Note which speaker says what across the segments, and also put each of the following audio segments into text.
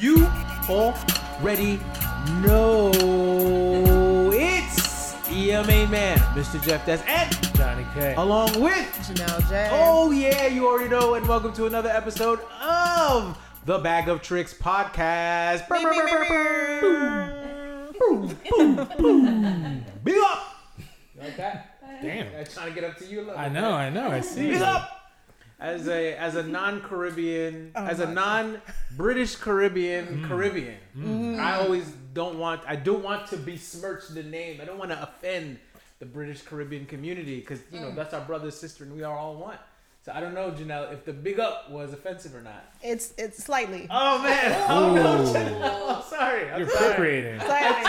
Speaker 1: you already know. It's your main man, Mr. Jeff Des, and
Speaker 2: Johnny K.
Speaker 1: along with,
Speaker 3: Janelle J.
Speaker 1: oh yeah, you already know, and welcome to another episode of the Bag of Tricks podcast. Brr, brr, brr, brr, brr. Big up! Like that?
Speaker 2: Damn.
Speaker 1: I'm trying to get up to you a little
Speaker 2: I know, I know, I see.
Speaker 1: Big up! As a as a non Caribbean,
Speaker 3: Oh
Speaker 1: as a non British Caribbean Caribbean, I always don't want. I don't want to besmirch the name. I don't want to offend the British Caribbean community because you
Speaker 3: Mm.
Speaker 1: know that's our brother, sister, and we are all one. So I don't know, Janelle, if the big up was offensive or not.
Speaker 3: It's it's slightly.
Speaker 1: Oh man! Oh no, Janelle! I'm Oh, sorry. I'm
Speaker 2: You're
Speaker 1: sorry.
Speaker 2: appropriating.
Speaker 3: Slightly.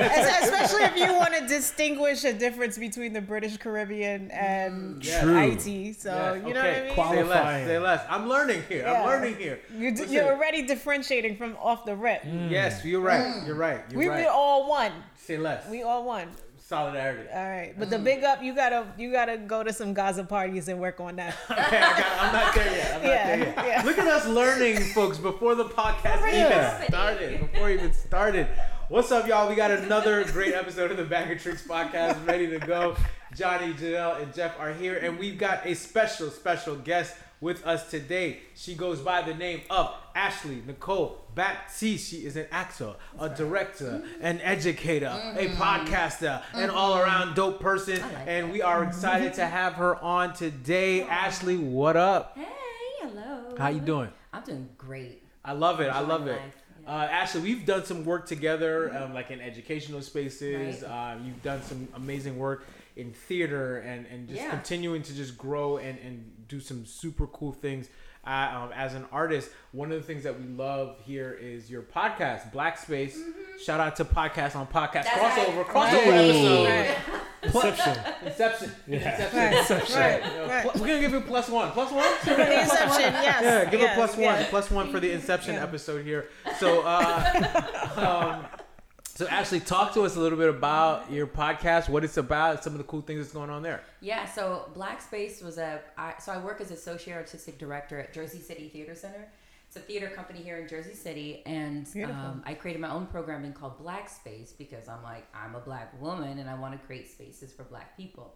Speaker 3: Es- Especially if you want to distinguish a difference between the British Caribbean and
Speaker 1: Yes.
Speaker 2: True.
Speaker 3: Haiti. So
Speaker 1: Yes,
Speaker 3: you know
Speaker 1: okay.
Speaker 3: what I mean?
Speaker 2: Quali-
Speaker 1: Say less.
Speaker 2: Qualifying.
Speaker 1: Say less. I'm learning here.
Speaker 3: Yeah.
Speaker 1: I'm learning here.
Speaker 3: You're,
Speaker 1: Listen.
Speaker 3: you're already differentiating from off the rip.
Speaker 1: Yes, you're right. You're right. You're
Speaker 3: Mm. We
Speaker 1: right.
Speaker 3: were all one.
Speaker 1: Say less.
Speaker 3: We all one.
Speaker 1: Solidarity.
Speaker 3: All right. But the
Speaker 1: Mm.
Speaker 3: big up, you gotta you gotta go to some Gaza parties and work on that.
Speaker 1: Okay, I got, I'm not there yet. I'm
Speaker 3: Yeah,
Speaker 1: not there yet.
Speaker 3: yeah.
Speaker 1: Look at us learning, folks, before the podcast even
Speaker 2: happening.
Speaker 1: started. Before it even started. What's up, y'all? We got another great episode of the Bag of Tricks podcast ready to go. Johnny, Janelle, and Jeff are here, and we've got a special, special guest with us today. She goes by the name of Ashley Nicole Baptiste. She is an actor, a director, an educator, a podcaster, an all-around dope person, and we are excited to have her on today. Ashley, what up?
Speaker 4: Hey, hello.
Speaker 1: How you doing?
Speaker 4: I'm doing great.
Speaker 1: I love it. I
Speaker 4: Enjoying
Speaker 1: love it.
Speaker 4: life, yeah. Mm-hmm.
Speaker 1: Uh, Ashley, we've done some work together, um, like in educational spaces. Uh, you've done some amazing work in theater and, and just
Speaker 4: Yeah.
Speaker 1: continuing to just grow and, and do some super cool things. I, um, as an artist, one of the things that we love here is your podcast, Black Space. Shout out to Podcast on Podcast
Speaker 4: Mm-hmm. That's
Speaker 1: crossover,
Speaker 4: right.
Speaker 1: crossover
Speaker 4: Right.
Speaker 1: episode.
Speaker 3: Right.
Speaker 2: Inception.
Speaker 1: Inception. Inception.
Speaker 3: Right.
Speaker 1: Inception.
Speaker 3: Right.
Speaker 1: Yeah.
Speaker 3: Right.
Speaker 1: We're gonna give you plus one. Plus one.
Speaker 3: The Inception, yes.
Speaker 1: Yeah, give
Speaker 3: yes,
Speaker 1: a plus one,
Speaker 3: yes.
Speaker 1: plus one for the Inception
Speaker 3: Yeah.
Speaker 1: episode here. So, uh, um, so Ashley, talk to us a little bit about your podcast, what it's about, some of the cool things that's going on there.
Speaker 4: Yeah, so Black Space was a. I, so I work as associate artistic director at Jersey City Theater Center. It's a theater company here in Jersey City, and
Speaker 3: Beautiful.
Speaker 4: um, I created my own programming called Black Space because I'm like I'm a black woman and I want to create spaces for black people.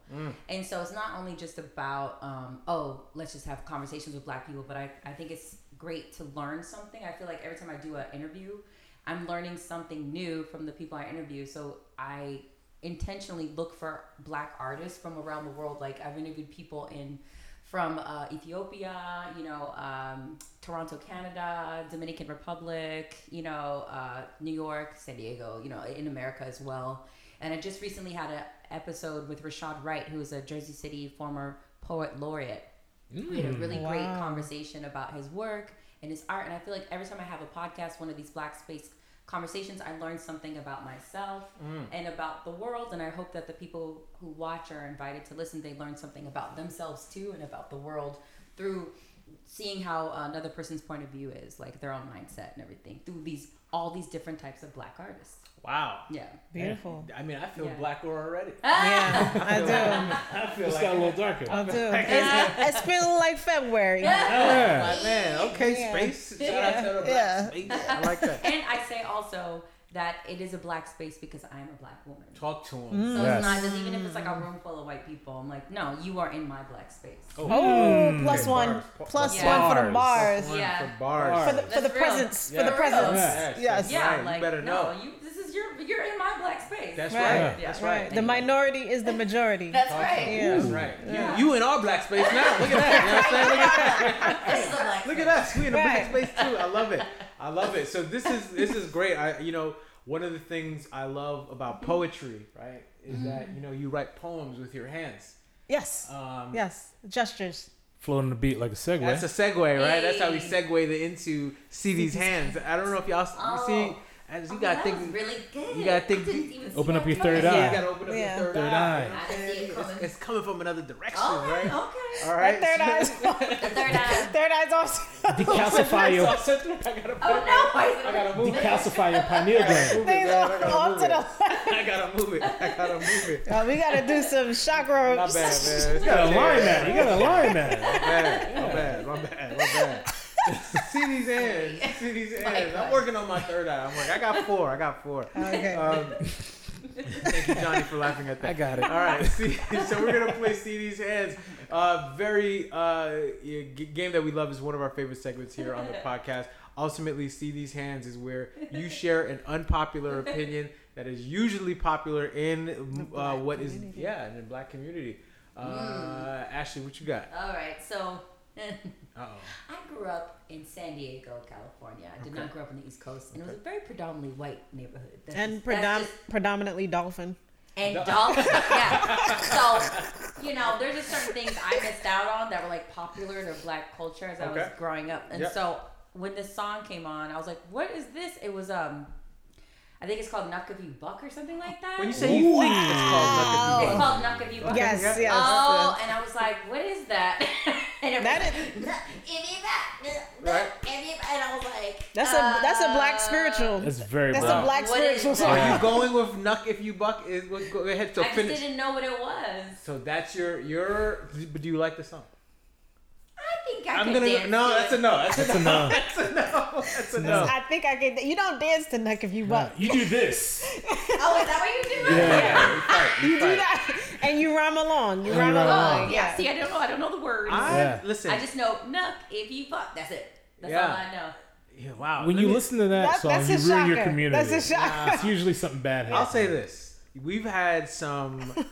Speaker 4: And so it's not only just about um, oh let's just have conversations with black people, but I I think it's great to learn something. I feel like every time I do an interview, I'm learning something new from the people I interview. So I intentionally look for black artists from around the world. Like I've interviewed people in from uh, Ethiopia, you know, um, Toronto, Canada, Dominican Republic, you know, uh, New York, San Diego, you know, in America as well. And I just recently had an episode with Rashad Wright, who is a Jersey City former poet laureate. We had a really great
Speaker 3: Wow.
Speaker 4: conversation about his work and his art. And I feel like every time I have a podcast, one of these black space conversations, I learn something about myself and about the world. And I hope that the people who watch or are invited to listen, they learn something about themselves too and about the world through seeing how another person's point of view is, like their own mindset and everything, through these all these different types of black artists.
Speaker 1: Wow.
Speaker 4: Yeah.
Speaker 3: Beautiful.
Speaker 1: I mean, I feel
Speaker 4: Yeah.
Speaker 1: black or already.
Speaker 3: Yeah, I do.
Speaker 1: I feel
Speaker 2: Just
Speaker 1: like
Speaker 2: got a little darker.
Speaker 3: I do. It's, it's feeling like February.
Speaker 2: yeah.
Speaker 1: my man. Okay,
Speaker 3: Yeah.
Speaker 1: space. Shout out to the black
Speaker 3: Yeah.
Speaker 1: space. I like that.
Speaker 4: And I say also that it is a black space because I am a black woman.
Speaker 1: Talk to him.
Speaker 3: Mm.
Speaker 4: So
Speaker 2: Yes.
Speaker 4: it's not just even if it's like a room full of white people, I'm like, no, you are in my black space.
Speaker 1: Oh,
Speaker 3: Oh, plus
Speaker 1: Okay,
Speaker 3: one,
Speaker 1: bars.
Speaker 3: plus
Speaker 4: Yeah.
Speaker 3: one for the
Speaker 2: Bars.
Speaker 3: bars,
Speaker 1: One
Speaker 4: Yeah.
Speaker 1: for bars.
Speaker 3: for the for
Speaker 4: That's
Speaker 3: the
Speaker 4: real.
Speaker 3: presents,
Speaker 1: Yeah.
Speaker 3: for the presents.
Speaker 2: Yes,
Speaker 3: Yes.
Speaker 4: Yeah,
Speaker 1: Right, you
Speaker 4: like
Speaker 1: better
Speaker 4: no,
Speaker 1: know.
Speaker 4: you this is your you're in my black space.
Speaker 1: That's
Speaker 3: Right.
Speaker 1: right.
Speaker 4: Yeah.
Speaker 1: That's right.
Speaker 3: The minority is the majority.
Speaker 4: That's
Speaker 1: Talk to
Speaker 4: right.
Speaker 1: him.
Speaker 3: Yeah.
Speaker 1: That's right.
Speaker 4: Yeah.
Speaker 1: You, you in our black space now. Look at that. You know what I'm saying? Look at that.
Speaker 4: This is a black
Speaker 1: Look
Speaker 4: space.
Speaker 1: at us. We in the
Speaker 3: Right.
Speaker 1: black space too. I love it. I love it. So this is this is great. I you know one of the things I love about poetry, right, is that you know you write poems with your hands.
Speaker 3: Yes.
Speaker 1: Um,
Speaker 3: Yes. Gestures.
Speaker 2: Floating the beat like a segue.
Speaker 1: That's a segue, right? That's how we
Speaker 4: Hey.
Speaker 1: segue the into see these hands. I don't know if y'all s
Speaker 4: Oh.
Speaker 1: see. As you
Speaker 4: Oh,
Speaker 1: gotta
Speaker 4: that
Speaker 1: think.
Speaker 4: was really good.
Speaker 1: you gotta think-
Speaker 4: I didn't even see
Speaker 2: Open
Speaker 4: that
Speaker 2: up your
Speaker 4: coming.
Speaker 2: third eye.
Speaker 1: You gotta open up
Speaker 3: Yeah.
Speaker 1: your third,
Speaker 2: Third
Speaker 1: eye. you
Speaker 2: eye.
Speaker 1: know what I'm
Speaker 4: I see it
Speaker 1: saying? It's,
Speaker 4: coming.
Speaker 1: it's coming from another direction,
Speaker 4: All right.
Speaker 1: right?
Speaker 4: Okay.
Speaker 1: All right.
Speaker 3: That third eye's
Speaker 4: The third eye.
Speaker 3: third eye's also.
Speaker 2: Decalcify
Speaker 1: So I
Speaker 2: your
Speaker 1: said, I gotta put it.
Speaker 4: Oh no.
Speaker 1: I gotta move it.
Speaker 2: decalcify your pineal gland.
Speaker 1: Move it,
Speaker 3: Things
Speaker 1: man. I
Speaker 3: are
Speaker 1: gotta
Speaker 3: off
Speaker 1: move
Speaker 3: to the
Speaker 1: it.
Speaker 3: left.
Speaker 1: I gotta move it. I gotta move it.
Speaker 3: Uh, we gotta do some chakra.
Speaker 1: My bad, man.
Speaker 2: You gotta align that. You gotta align that.
Speaker 1: My bad, my bad, my bad. See these hands. See these hands. I'm working on my third eye. I'm like, I got four. I got four.
Speaker 3: Okay.
Speaker 1: Um, thank you, Johnny, for laughing at that.
Speaker 2: I got it.
Speaker 1: All right, see, so we're gonna play See These Hands. Uh, very uh, g- game that we love is one of our favorite segments here on the podcast. Ultimately, See These Hands is where you share an unpopular opinion that is usually popular in uh,
Speaker 3: black
Speaker 1: what is
Speaker 3: community.
Speaker 1: yeah, in the black community. Uh, Ashley, what you got?
Speaker 4: All right, so
Speaker 1: Uh
Speaker 4: I grew up in San Diego, California. I did
Speaker 1: Okay.
Speaker 4: not grow up on the East Coast, and it was a very predominantly white neighborhood. That's
Speaker 3: and
Speaker 4: just- that's
Speaker 3: predom-
Speaker 4: just-
Speaker 3: predominantly dolphin.
Speaker 4: and dolphins. yeah. So, you know, there's just certain things I missed out on that were like popular in the black culture as I was
Speaker 1: Okay.
Speaker 4: growing up. And
Speaker 1: Yep.
Speaker 4: so when this song came on, I was like, what is this? It was, um, I think it's called Knock If You Buck or something like that.
Speaker 1: When you say you think it's called
Speaker 4: it's
Speaker 1: Lucky
Speaker 4: called Knock If You Buck.
Speaker 3: Oh. Yes,
Speaker 1: yeah.
Speaker 3: yes.
Speaker 4: Oh, and I was like, what is that? and it was
Speaker 3: That
Speaker 4: like,
Speaker 3: is-
Speaker 4: "Knock if you buck,
Speaker 1: Right.
Speaker 4: knock if you buck," and I was like,
Speaker 3: That's a that's a black
Speaker 4: uh,
Speaker 3: spiritual.
Speaker 2: That's very
Speaker 3: That's
Speaker 1: Wow.
Speaker 3: a black
Speaker 4: What is
Speaker 3: spiritual
Speaker 4: that?
Speaker 1: Are
Speaker 3: song.
Speaker 1: you going with Nuck if you buck? Is what, go ahead. So
Speaker 4: I just
Speaker 1: finish.
Speaker 4: didn't know what it was.
Speaker 1: So that's your your. But do you like the song?
Speaker 4: I think I
Speaker 1: I'm
Speaker 4: could
Speaker 1: gonna
Speaker 4: dance
Speaker 1: no.
Speaker 4: to
Speaker 1: That's a
Speaker 4: it.
Speaker 1: no. That's a
Speaker 2: That's enough.
Speaker 1: no. That's a no.
Speaker 3: I think I can. You don't dance to Nuck if you buck.
Speaker 2: You do this.
Speaker 4: Oh, is that what you do?
Speaker 1: Yeah, you fight, you
Speaker 3: You do
Speaker 1: fight.
Speaker 3: that, and you rhyme along. You rhyme
Speaker 2: rhyme
Speaker 3: along.
Speaker 4: Oh, yeah.
Speaker 3: Yeah.
Speaker 4: See, I don't know. I don't know the words. I,
Speaker 1: I
Speaker 2: Yeah.
Speaker 1: listen.
Speaker 4: just know nuck if you fuck. That's it. That's
Speaker 1: Yeah.
Speaker 4: all I know.
Speaker 1: yeah, wow.
Speaker 2: When
Speaker 1: Let
Speaker 2: you
Speaker 1: me-
Speaker 2: listen to that,
Speaker 3: That-
Speaker 2: song,
Speaker 3: that's
Speaker 2: you
Speaker 3: a
Speaker 2: ruin your
Speaker 3: shocker.
Speaker 2: community.
Speaker 3: That's a shocker.
Speaker 2: It's usually something bad.
Speaker 1: I'll
Speaker 2: happens.
Speaker 1: say this: we've had some
Speaker 4: Oh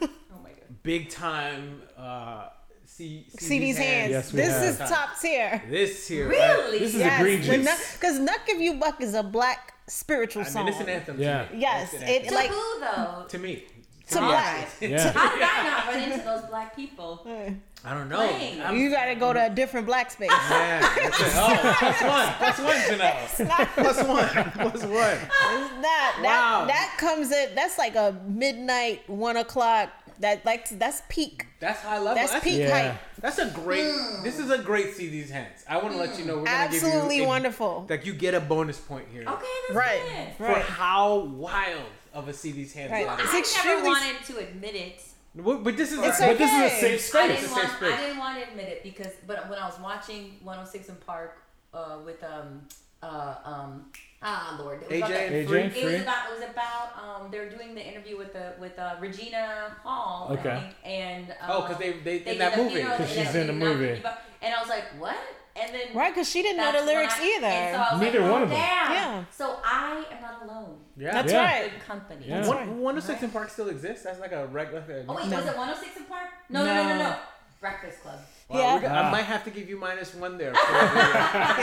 Speaker 4: my god.
Speaker 1: big time. Uh, see,
Speaker 3: See these hands.
Speaker 2: Yes, we
Speaker 3: this
Speaker 2: have.
Speaker 3: is top tier.
Speaker 1: This here. right?
Speaker 4: Really?
Speaker 2: This is
Speaker 3: Yes,
Speaker 2: egregious.
Speaker 3: because Nuck If You Buck is a black spiritual
Speaker 1: I
Speaker 3: song.
Speaker 1: mean, it's an anthem.
Speaker 2: Yeah.
Speaker 1: To me.
Speaker 3: Yes,
Speaker 1: It's an
Speaker 3: it
Speaker 4: to
Speaker 3: like
Speaker 4: who though?
Speaker 1: anthem. to me.
Speaker 3: to
Speaker 4: Yeah.
Speaker 3: black.
Speaker 2: yeah.
Speaker 4: How did I not run into those black people?
Speaker 1: I don't know.
Speaker 4: Playing.
Speaker 1: I'm-
Speaker 3: You gotta go to a different black space.
Speaker 1: Yeah, that's it. Oh, plus one, plus one, Janelle.
Speaker 3: It's not-
Speaker 1: Plus one, plus one.
Speaker 3: It's not-
Speaker 1: Wow.
Speaker 3: that that comes in. That's like a midnight, one o'clock. That like that's peak.
Speaker 1: Oh, That's high level.
Speaker 3: That's peak
Speaker 2: Yeah.
Speaker 3: hype.
Speaker 1: That's a great. This is a great. See these hands. I want to let you know. We're gonna
Speaker 3: Absolutely
Speaker 1: give you a-
Speaker 3: wonderful.
Speaker 1: Like you get a bonus point here
Speaker 4: Okay, that's
Speaker 3: Right.
Speaker 4: Good.
Speaker 1: for
Speaker 3: Right.
Speaker 1: how wild of a see these hands
Speaker 3: Right.
Speaker 1: lot
Speaker 4: I
Speaker 1: is.
Speaker 3: It's
Speaker 4: never
Speaker 3: extremely-
Speaker 4: wanted to admit it.
Speaker 1: But but this is
Speaker 3: It's
Speaker 1: but
Speaker 2: But this is a
Speaker 3: okay.
Speaker 2: safe
Speaker 4: I
Speaker 2: space.
Speaker 1: It's
Speaker 4: didn't,
Speaker 1: a safe
Speaker 4: want, I
Speaker 1: space.
Speaker 4: didn't want to admit it because, but when I was watching 106 in Park uh, with um uh um ah Lord, it was about
Speaker 1: AJ
Speaker 4: that-
Speaker 1: and
Speaker 2: AJ?
Speaker 1: Free.
Speaker 4: It was
Speaker 2: Free?
Speaker 4: about it was about um they were doing the interview with the with uh, Regina Hall. I
Speaker 2: Okay.
Speaker 4: think, and um,
Speaker 1: Oh, because they they in
Speaker 4: did
Speaker 1: that
Speaker 4: the
Speaker 1: movie.
Speaker 4: funeral,
Speaker 2: Because
Speaker 4: and
Speaker 2: she's
Speaker 4: they
Speaker 2: in the
Speaker 4: knocked
Speaker 2: movie.
Speaker 4: me back. And I was like, what? And then
Speaker 3: Right, because she didn't know
Speaker 4: that's
Speaker 3: the lyrics
Speaker 4: when I- and so
Speaker 3: either.
Speaker 4: I was
Speaker 2: Neither
Speaker 4: like,
Speaker 2: one
Speaker 4: oh,
Speaker 2: of them.
Speaker 4: damn.
Speaker 3: Yeah.
Speaker 4: So I am not alone.
Speaker 1: Yeah.
Speaker 3: That's
Speaker 2: Yeah.
Speaker 3: right.
Speaker 4: Good company.
Speaker 2: Yeah.
Speaker 1: One- 106 in Park still exists. That's like a regular.
Speaker 4: Oh wait,
Speaker 3: No.
Speaker 4: was it 106 in Park? No, no, no, no,
Speaker 3: No.
Speaker 4: no. Breakfast Club.
Speaker 3: Yeah.
Speaker 1: I might have to give you minus one there. For,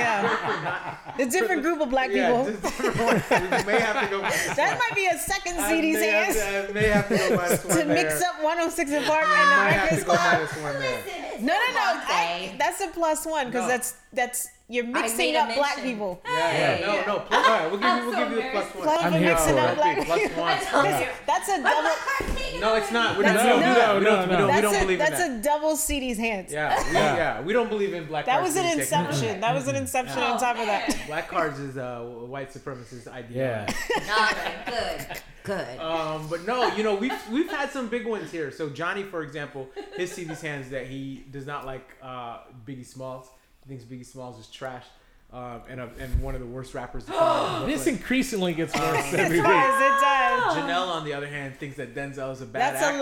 Speaker 3: Yeah, the different group of black
Speaker 1: yeah,
Speaker 3: people.
Speaker 1: just different ones. we may have to go. Minus
Speaker 3: That might be a second
Speaker 1: I
Speaker 3: CD's
Speaker 1: may have
Speaker 3: hands
Speaker 1: to- I may have to go minus one
Speaker 3: to mix
Speaker 1: there.
Speaker 3: up 106 and Park
Speaker 1: I
Speaker 3: and
Speaker 1: might
Speaker 3: the
Speaker 1: have to
Speaker 3: Breakfast
Speaker 1: go
Speaker 3: Club.
Speaker 1: minus one there.
Speaker 4: Listen, it's
Speaker 3: No, no,
Speaker 4: a
Speaker 3: no.
Speaker 4: long
Speaker 3: I,
Speaker 4: day.
Speaker 3: that's a plus one because
Speaker 1: No.
Speaker 3: that's that's you're
Speaker 4: I
Speaker 3: mixing
Speaker 4: made a
Speaker 3: up black
Speaker 4: mention.
Speaker 3: people.
Speaker 1: Yeah,
Speaker 4: Hey.
Speaker 1: yeah, no, no. Plus, all right, we'll give you,
Speaker 4: I'm
Speaker 1: we'll
Speaker 4: so
Speaker 1: give you a plus
Speaker 4: embarrassed.
Speaker 1: one.
Speaker 3: Plus
Speaker 2: I'm
Speaker 3: one
Speaker 2: here
Speaker 3: mixing
Speaker 2: for
Speaker 3: up
Speaker 2: it.
Speaker 3: black
Speaker 1: That'd be plus
Speaker 3: people.
Speaker 1: one.
Speaker 4: I told you.
Speaker 3: That's a
Speaker 4: But
Speaker 3: double.
Speaker 4: the heart taken
Speaker 1: No, it's
Speaker 4: away.
Speaker 1: not. We
Speaker 3: That's-
Speaker 1: don't, we don't
Speaker 3: no.
Speaker 1: do that. We
Speaker 2: No,
Speaker 1: don't, we
Speaker 2: no.
Speaker 1: don't, we
Speaker 3: That's
Speaker 1: don't
Speaker 3: a
Speaker 1: believe
Speaker 3: that's
Speaker 1: in that.
Speaker 3: a double CD's hands.
Speaker 1: yeah, we, yeah,
Speaker 2: Yeah.
Speaker 1: we don't believe in black
Speaker 3: That
Speaker 1: cards.
Speaker 3: was an
Speaker 1: being taken away.
Speaker 3: inception. That was an inception
Speaker 4: Oh,
Speaker 3: on top of that.
Speaker 4: man.
Speaker 1: Black cards is a uh, white supremacist idea.
Speaker 2: Yeah.
Speaker 4: All right, good, good.
Speaker 1: Um, but no, you know we've we've had some big ones here. So Johnny, for example, his CD's hands that he does not like uh, Biggie Smalls. He thinks Biggie Smalls is trash, um, and a, and one of the worst rappers. to come out of
Speaker 2: This
Speaker 1: Brooklyn.
Speaker 2: increasingly gets worse every
Speaker 3: It
Speaker 2: week.
Speaker 3: does. It does.
Speaker 1: Janelle, on the other hand, thinks Oh. that Denzel is a bad
Speaker 3: That's
Speaker 1: actor.
Speaker 3: a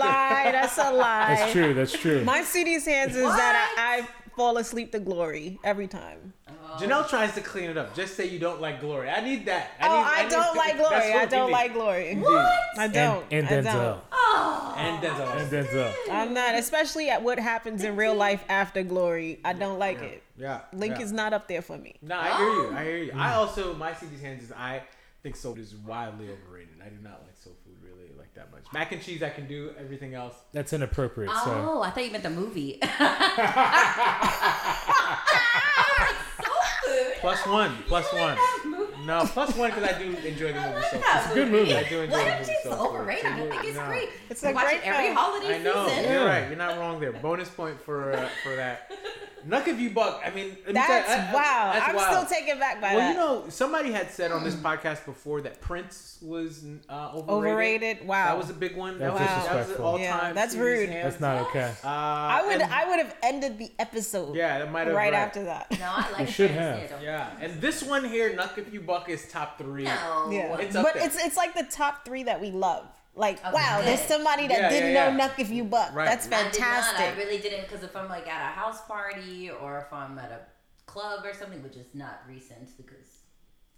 Speaker 3: lie. That's a lie.
Speaker 2: That's true. That's true.
Speaker 3: My CD's hands is that I, I fall asleep to glory every time.
Speaker 1: Janelle tries to clean it up. Just say you don't like Glory. I need that. I
Speaker 3: oh,
Speaker 1: need,
Speaker 3: I,
Speaker 1: need-
Speaker 3: don't like
Speaker 1: that's
Speaker 3: glory.
Speaker 1: what
Speaker 3: I
Speaker 1: we
Speaker 3: don't
Speaker 1: need.
Speaker 3: like glory. I
Speaker 2: and
Speaker 3: don't.
Speaker 2: and
Speaker 3: I
Speaker 2: Denzel.
Speaker 3: don't.
Speaker 4: Oh,
Speaker 1: And Denzel.
Speaker 2: And Denzel.
Speaker 3: I'm not, especially at what happens in real life after glory. I don't like it.
Speaker 1: Yeah.
Speaker 3: Link
Speaker 1: yeah.
Speaker 3: is Mm. not up there for me.
Speaker 1: No, I hear you. I hear you. I also my CD's hands is I think soul food is wildly overrated. I do not like soul food really like that much. Mac and cheese I can do. Everything else.
Speaker 2: That's inappropriate. So
Speaker 4: oh, I thought you meant the movie. so good.
Speaker 1: Plus one. Plus one.
Speaker 4: That movie.
Speaker 1: No, plus one because I do enjoy the
Speaker 4: I
Speaker 1: movie
Speaker 4: love
Speaker 1: soul
Speaker 4: that
Speaker 1: food.
Speaker 2: a good movie.
Speaker 1: I do enjoy
Speaker 4: Why
Speaker 1: the
Speaker 4: don't
Speaker 1: movie
Speaker 4: you
Speaker 1: soul
Speaker 4: so
Speaker 1: food.
Speaker 4: overrated? I think it's
Speaker 1: No.
Speaker 4: great.
Speaker 3: It's
Speaker 4: I
Speaker 3: a
Speaker 4: watch
Speaker 3: great
Speaker 4: it every
Speaker 3: film.
Speaker 4: holiday
Speaker 1: I know.
Speaker 4: season.
Speaker 1: You're
Speaker 2: Yeah.
Speaker 1: right. You're not wrong there. Bonus point for uh, for that. Nuckaview Buck. I mean, let me
Speaker 3: That's
Speaker 1: tell you, I- I-
Speaker 3: wow.
Speaker 1: that's
Speaker 3: I'm
Speaker 1: wild.
Speaker 3: still taken back by
Speaker 1: Well,
Speaker 3: that.
Speaker 1: you know, somebody had said on this podcast before that Prince was uh, overrated.
Speaker 3: Overrated. Wow.
Speaker 1: That was a big one. That
Speaker 2: That's
Speaker 1: was, that was an
Speaker 2: disrespectful.
Speaker 1: all time.
Speaker 3: Yeah, that's rude.
Speaker 2: That's not okay.
Speaker 1: Uh,
Speaker 3: I would
Speaker 1: and-
Speaker 3: I would have ended the episode
Speaker 1: yeah, that might have.
Speaker 3: right after that.
Speaker 4: No, I like
Speaker 2: should
Speaker 4: Prince,
Speaker 2: have.
Speaker 4: yeah,
Speaker 1: Yeah,
Speaker 4: don't-
Speaker 1: and this one here, Nuck If You Buck, is top three.
Speaker 4: No.
Speaker 3: Yeah,
Speaker 1: It's up
Speaker 3: but
Speaker 1: there.
Speaker 3: it's it's like the top three that we love. Like
Speaker 4: Okay.
Speaker 3: wow, there's somebody that
Speaker 1: Yeah,
Speaker 3: didn't
Speaker 1: yeah, yeah.
Speaker 3: know Nuck if you buck.
Speaker 1: Right.
Speaker 3: That's
Speaker 4: I did not.
Speaker 3: fantastic.
Speaker 4: I really didn't because if I'm like at a house party or if I'm at a club or something, which is not recent because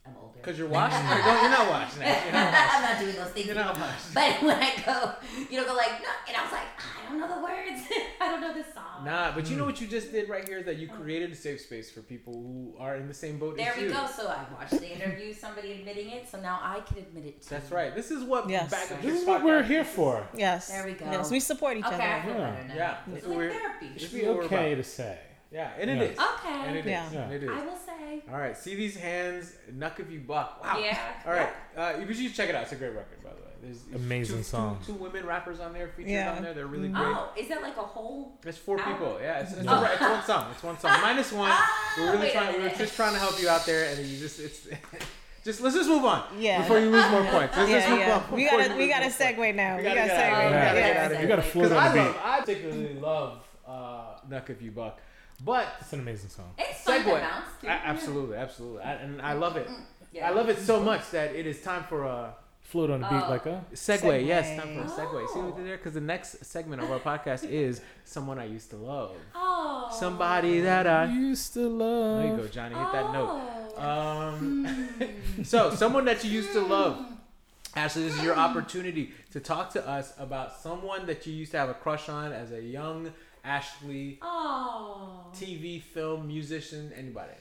Speaker 4: I'm older.
Speaker 1: Because you're watching it. You're not watching it. You're not watching
Speaker 4: I'm not doing those things.
Speaker 1: You're not watching.
Speaker 4: But when I go, you know, go like, no, and I was like, I don't know the words. I don't know the song.
Speaker 1: it. Nah, but you know what you just did right here is that you created a safe space for people who are in the same boat
Speaker 4: There
Speaker 1: as
Speaker 4: we
Speaker 1: you.
Speaker 4: go. So I watched the interview, somebody admitting it, so now I can admit it too.
Speaker 1: That's right. This is what
Speaker 3: Yes.
Speaker 1: back up
Speaker 2: This
Speaker 1: Chicks
Speaker 2: is what we're
Speaker 1: podcast
Speaker 2: here
Speaker 1: is.
Speaker 2: for.
Speaker 3: yes.
Speaker 4: There we go.
Speaker 3: Yes, we support each
Speaker 4: Okay, I
Speaker 3: other.
Speaker 4: feel
Speaker 2: Yeah.
Speaker 4: better
Speaker 1: Hmm.
Speaker 4: now.
Speaker 1: Yeah,
Speaker 4: It's
Speaker 1: that's
Speaker 4: like
Speaker 1: what we're-
Speaker 4: therapy.
Speaker 1: It
Speaker 2: It
Speaker 1: should
Speaker 2: should be okay to say.
Speaker 1: Yeah, and it
Speaker 2: Yeah.
Speaker 1: is. And it
Speaker 4: Okay.
Speaker 1: is.
Speaker 3: Yeah.
Speaker 2: Yeah.
Speaker 1: And it is.
Speaker 4: I will say.
Speaker 1: All right, see these hands, knuck if you buck. Wow.
Speaker 4: Yeah.
Speaker 1: All right, uh, you should check it out. It's a great record, by the way. There's there's
Speaker 2: Amazing
Speaker 1: two,
Speaker 2: song.
Speaker 1: Two, two women rappers on there featured
Speaker 3: Yeah.
Speaker 1: on there. They're really great.
Speaker 4: Oh, is that like a whole?
Speaker 1: It's four
Speaker 4: Ow.
Speaker 1: people. Yeah, it's, it's,
Speaker 2: Yeah.
Speaker 1: all right. it's one song. It's one song. Minus one.
Speaker 4: Ah,
Speaker 1: we're really
Speaker 4: wait a
Speaker 1: trying. We're
Speaker 4: minute.
Speaker 1: just trying to help you out there, and you just it's just let's just move on.
Speaker 3: Yeah.
Speaker 1: Before you lose more points. Let's just
Speaker 3: Yeah,
Speaker 1: move
Speaker 3: yeah.
Speaker 1: on.
Speaker 3: We
Speaker 1: before
Speaker 3: gotta
Speaker 1: you
Speaker 3: we
Speaker 1: lose
Speaker 3: gotta
Speaker 1: more points.
Speaker 3: segue now.
Speaker 1: We
Speaker 3: We
Speaker 1: gotta
Speaker 3: gotta
Speaker 1: get out of here.
Speaker 3: segue.
Speaker 2: We
Speaker 3: Oh,
Speaker 2: gotta
Speaker 3: Yeah.
Speaker 4: get out of
Speaker 2: You gotta
Speaker 4: Because
Speaker 2: float
Speaker 1: Because
Speaker 2: on
Speaker 1: I
Speaker 2: the
Speaker 1: love.
Speaker 2: beat.
Speaker 1: I particularly love uh, Knuck if you buck, but
Speaker 2: It's an amazing song.
Speaker 4: It's fun to
Speaker 1: segue.
Speaker 4: bounce
Speaker 1: A-
Speaker 4: through.
Speaker 1: absolutely, absolutely, I, and I love it.
Speaker 4: Mm, Yeah.
Speaker 1: I love it so much that it is time for a
Speaker 2: Float on the beat
Speaker 4: Oh.
Speaker 2: like a.
Speaker 1: segue.
Speaker 3: Segue.
Speaker 1: Yes, time for a segue. See what we
Speaker 4: Oh.
Speaker 1: did there? Because the next segment of our podcast is someone I used to love,
Speaker 4: Oh.
Speaker 1: somebody that I
Speaker 2: Used to
Speaker 1: There you go,
Speaker 2: love.
Speaker 1: Johnny. Hit
Speaker 4: Oh.
Speaker 1: that note. Um, so, someone that you used to love. Ashley, this is your opportunity to talk to us about someone that you used to have a crush on as a young Ashley
Speaker 4: oh.
Speaker 1: TV, film, musician, anybody.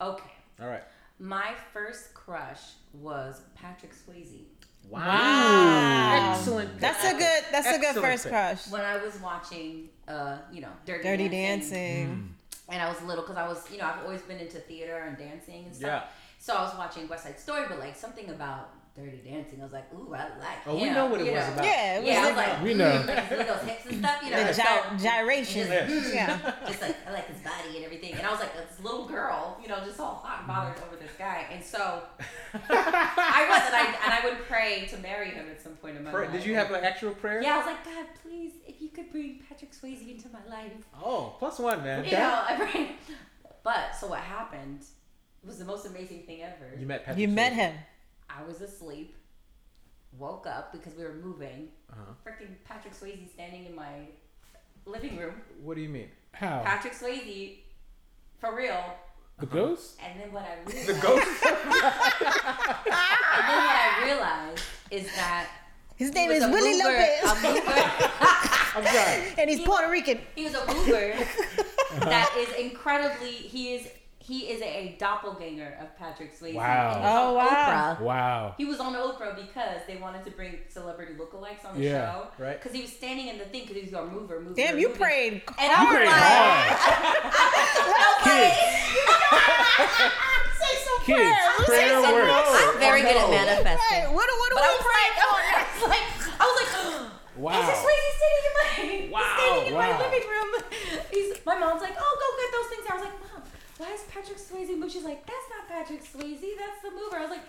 Speaker 4: Okay.
Speaker 1: All right.
Speaker 4: My first crush was Patrick Swayze.
Speaker 3: Wow.
Speaker 1: Excellent. pick.
Speaker 3: That's a good that's a good
Speaker 1: Excellent
Speaker 3: first
Speaker 1: pick.
Speaker 3: crush.
Speaker 4: When I was watching, uh, you know, Dirty,
Speaker 3: Dirty
Speaker 4: Dancing,
Speaker 3: dancing.
Speaker 4: and I was little because I was, you know, I've always been into theater and dancing and stuff.
Speaker 1: Yeah.
Speaker 4: So I was watching West Side Story, but like something about Dirty Dancing, I was like, ooh, I like.
Speaker 1: Oh, we
Speaker 4: him,
Speaker 1: know what it
Speaker 4: you
Speaker 1: was
Speaker 4: know.
Speaker 1: about.
Speaker 3: Yeah, it was
Speaker 4: Yeah, I was
Speaker 3: like
Speaker 4: like,
Speaker 2: We know.
Speaker 4: mm, his little hips and stuff,
Speaker 1: Mm.
Speaker 4: you know.
Speaker 3: the
Speaker 4: so-
Speaker 3: gy- gyration.
Speaker 1: Yes.
Speaker 3: Yeah.
Speaker 4: just like I like his body and everything. And I was like this little girl, you know, just all hot and bothered over this guy. And so I was, and I and I would pray to marry him at some point in my
Speaker 1: Pray-
Speaker 4: life.
Speaker 1: Did you have like actual prayer?
Speaker 4: Yeah, I was like, God, please, if you could bring Patrick Swayze into my life,
Speaker 1: Oh, plus one, man.
Speaker 4: you know, I prayed. But so what happened was the most amazing thing ever.
Speaker 1: You met Patrick.
Speaker 3: You met
Speaker 1: Swayze.
Speaker 3: him.
Speaker 4: I was asleep, woke up because we were moving.
Speaker 1: Uh-huh.
Speaker 4: Freaking Patrick Swayze standing in my living room.
Speaker 1: What do you mean?
Speaker 2: How?
Speaker 4: Patrick Swayze, for real.
Speaker 2: The ghost?
Speaker 4: And then what I realized,
Speaker 1: The ghost?
Speaker 4: And then what I realized is that
Speaker 3: His
Speaker 4: he
Speaker 3: name
Speaker 4: was
Speaker 3: is
Speaker 4: a
Speaker 3: Willie
Speaker 4: mover,
Speaker 3: Lopez,
Speaker 4: A mover.
Speaker 1: I'm sorry.
Speaker 3: and he's Puerto Rican.
Speaker 4: he was a mover that is incredibly. He is he is a doppelganger of Patrick Swayze.
Speaker 2: Wow.
Speaker 4: And he's on
Speaker 3: Oh, wow.
Speaker 4: Oprah.
Speaker 2: Wow.
Speaker 4: He was on Oprah because they wanted to bring celebrity lookalikes on the
Speaker 2: Yeah,
Speaker 4: show.
Speaker 1: right.
Speaker 4: Because he was standing in the thing because he was a mover, mover.
Speaker 3: Damn, you
Speaker 4: mover.
Speaker 3: prayed.
Speaker 4: And I was
Speaker 2: Great
Speaker 4: like,
Speaker 2: hard.
Speaker 4: okay.
Speaker 3: Say some
Speaker 2: Kids,
Speaker 3: prayers. Say
Speaker 2: prayer
Speaker 3: some
Speaker 2: works.
Speaker 3: prayers.
Speaker 4: I'm very good at
Speaker 3: Right.
Speaker 4: manifesting.
Speaker 3: What, do- what do
Speaker 4: "Oh, But I
Speaker 3: we
Speaker 4: was
Speaker 3: pray
Speaker 4: like, I was like, I was like. Wow.
Speaker 2: Wow.
Speaker 4: It's just lazy standing in my
Speaker 1: Wow,
Speaker 4: standing in
Speaker 2: wow.
Speaker 4: my living room. He's, my mom's like, oh, go get those things. I was like, mom, why is Patrick Swayze moving? She's like, that's not Patrick Swayze. That's the mover. I was like,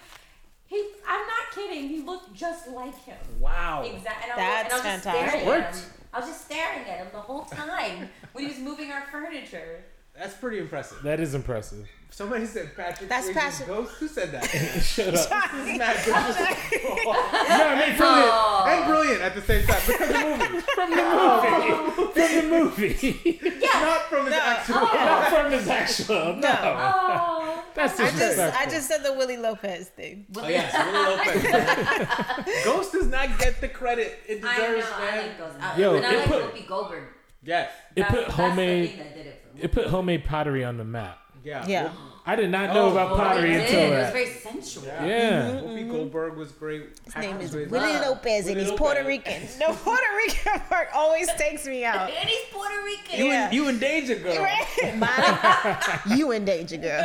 Speaker 4: he, I'm not kidding. He looked just like him.
Speaker 1: Wow.
Speaker 4: Exactly. And I was,
Speaker 3: That's
Speaker 4: and I was just
Speaker 3: fantastic.
Speaker 4: Staring
Speaker 1: That
Speaker 4: at him.
Speaker 1: worked.
Speaker 4: I was just staring at him the whole time when he was moving our furniture.
Speaker 1: That's pretty impressive.
Speaker 2: That is impressive.
Speaker 1: Somebody said Patrick.
Speaker 3: That's
Speaker 1: Swayze's
Speaker 3: Patrick-
Speaker 1: Ghost. Who said that?
Speaker 2: Shut up.
Speaker 1: It's not disrespectful.
Speaker 2: No, I mean, from the,
Speaker 4: Oh.
Speaker 1: and brilliant at the same time because the movie,
Speaker 2: from the movie.
Speaker 1: not from his actual.
Speaker 2: Not from his actual. No.
Speaker 4: Oh.
Speaker 2: That's
Speaker 3: I just,
Speaker 2: disrespectful.
Speaker 3: I just said the Willie Lopez thing.
Speaker 1: Oh yes, Willie Lopez. Ghost does not get the credit it
Speaker 4: I know.
Speaker 1: deserves,
Speaker 4: I
Speaker 1: man.
Speaker 4: like those. I,
Speaker 2: Yo,
Speaker 4: and I
Speaker 2: it
Speaker 4: like
Speaker 2: put-
Speaker 4: Whoopi Goldberg.
Speaker 1: yes,
Speaker 2: It
Speaker 4: That's-
Speaker 2: put
Speaker 4: that's
Speaker 2: homemade-
Speaker 4: The thing that did it for me.
Speaker 2: It put homemade pottery on the map.
Speaker 1: yeah.
Speaker 3: Yeah.
Speaker 2: I did not know
Speaker 1: Oh,
Speaker 2: about
Speaker 1: well,
Speaker 2: pottery
Speaker 4: it
Speaker 2: until
Speaker 4: did. It was
Speaker 2: that.
Speaker 4: very sensual.
Speaker 1: Yeah.
Speaker 2: yeah.
Speaker 1: Whoopi Goldberg was great.
Speaker 3: Mm-hmm. His name is
Speaker 1: Patrick Swayze-
Speaker 3: Willie Lopez, and
Speaker 1: Willie
Speaker 3: he's Puerto
Speaker 1: Lopez.
Speaker 3: Rican. The Puerto Rican part always takes me out.
Speaker 4: And he's Puerto Rican.
Speaker 1: You,
Speaker 3: Yeah.
Speaker 1: in, you in danger, girl.
Speaker 3: Right? Monica, you in danger, girl.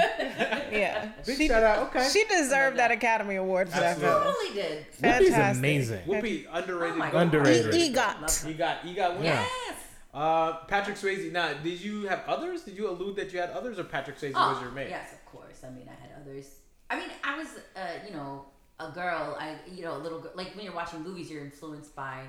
Speaker 3: Yeah.
Speaker 1: Big shout out. Okay.
Speaker 3: She deserved that Academy Award for that
Speaker 1: Absolutely.
Speaker 3: film.
Speaker 4: totally did.
Speaker 2: Whoopi's
Speaker 3: Fantastic.
Speaker 2: amazing.
Speaker 1: Whoopi underrated.
Speaker 4: Oh my
Speaker 1: Ghost.
Speaker 2: Underrated.
Speaker 3: E- EGOT.
Speaker 1: You got, you got.
Speaker 2: Yeah.
Speaker 4: Yes.
Speaker 1: Uh, Patrick Swayze. Now, did you have others? Did you allude that you had others, or Patrick Swayze
Speaker 4: Oh,
Speaker 1: was your main?
Speaker 4: Yes, of course. I mean, I had others. I mean, I was, uh, you know, a girl. I, you know, a little girl. Like when you're watching movies, you're influenced by.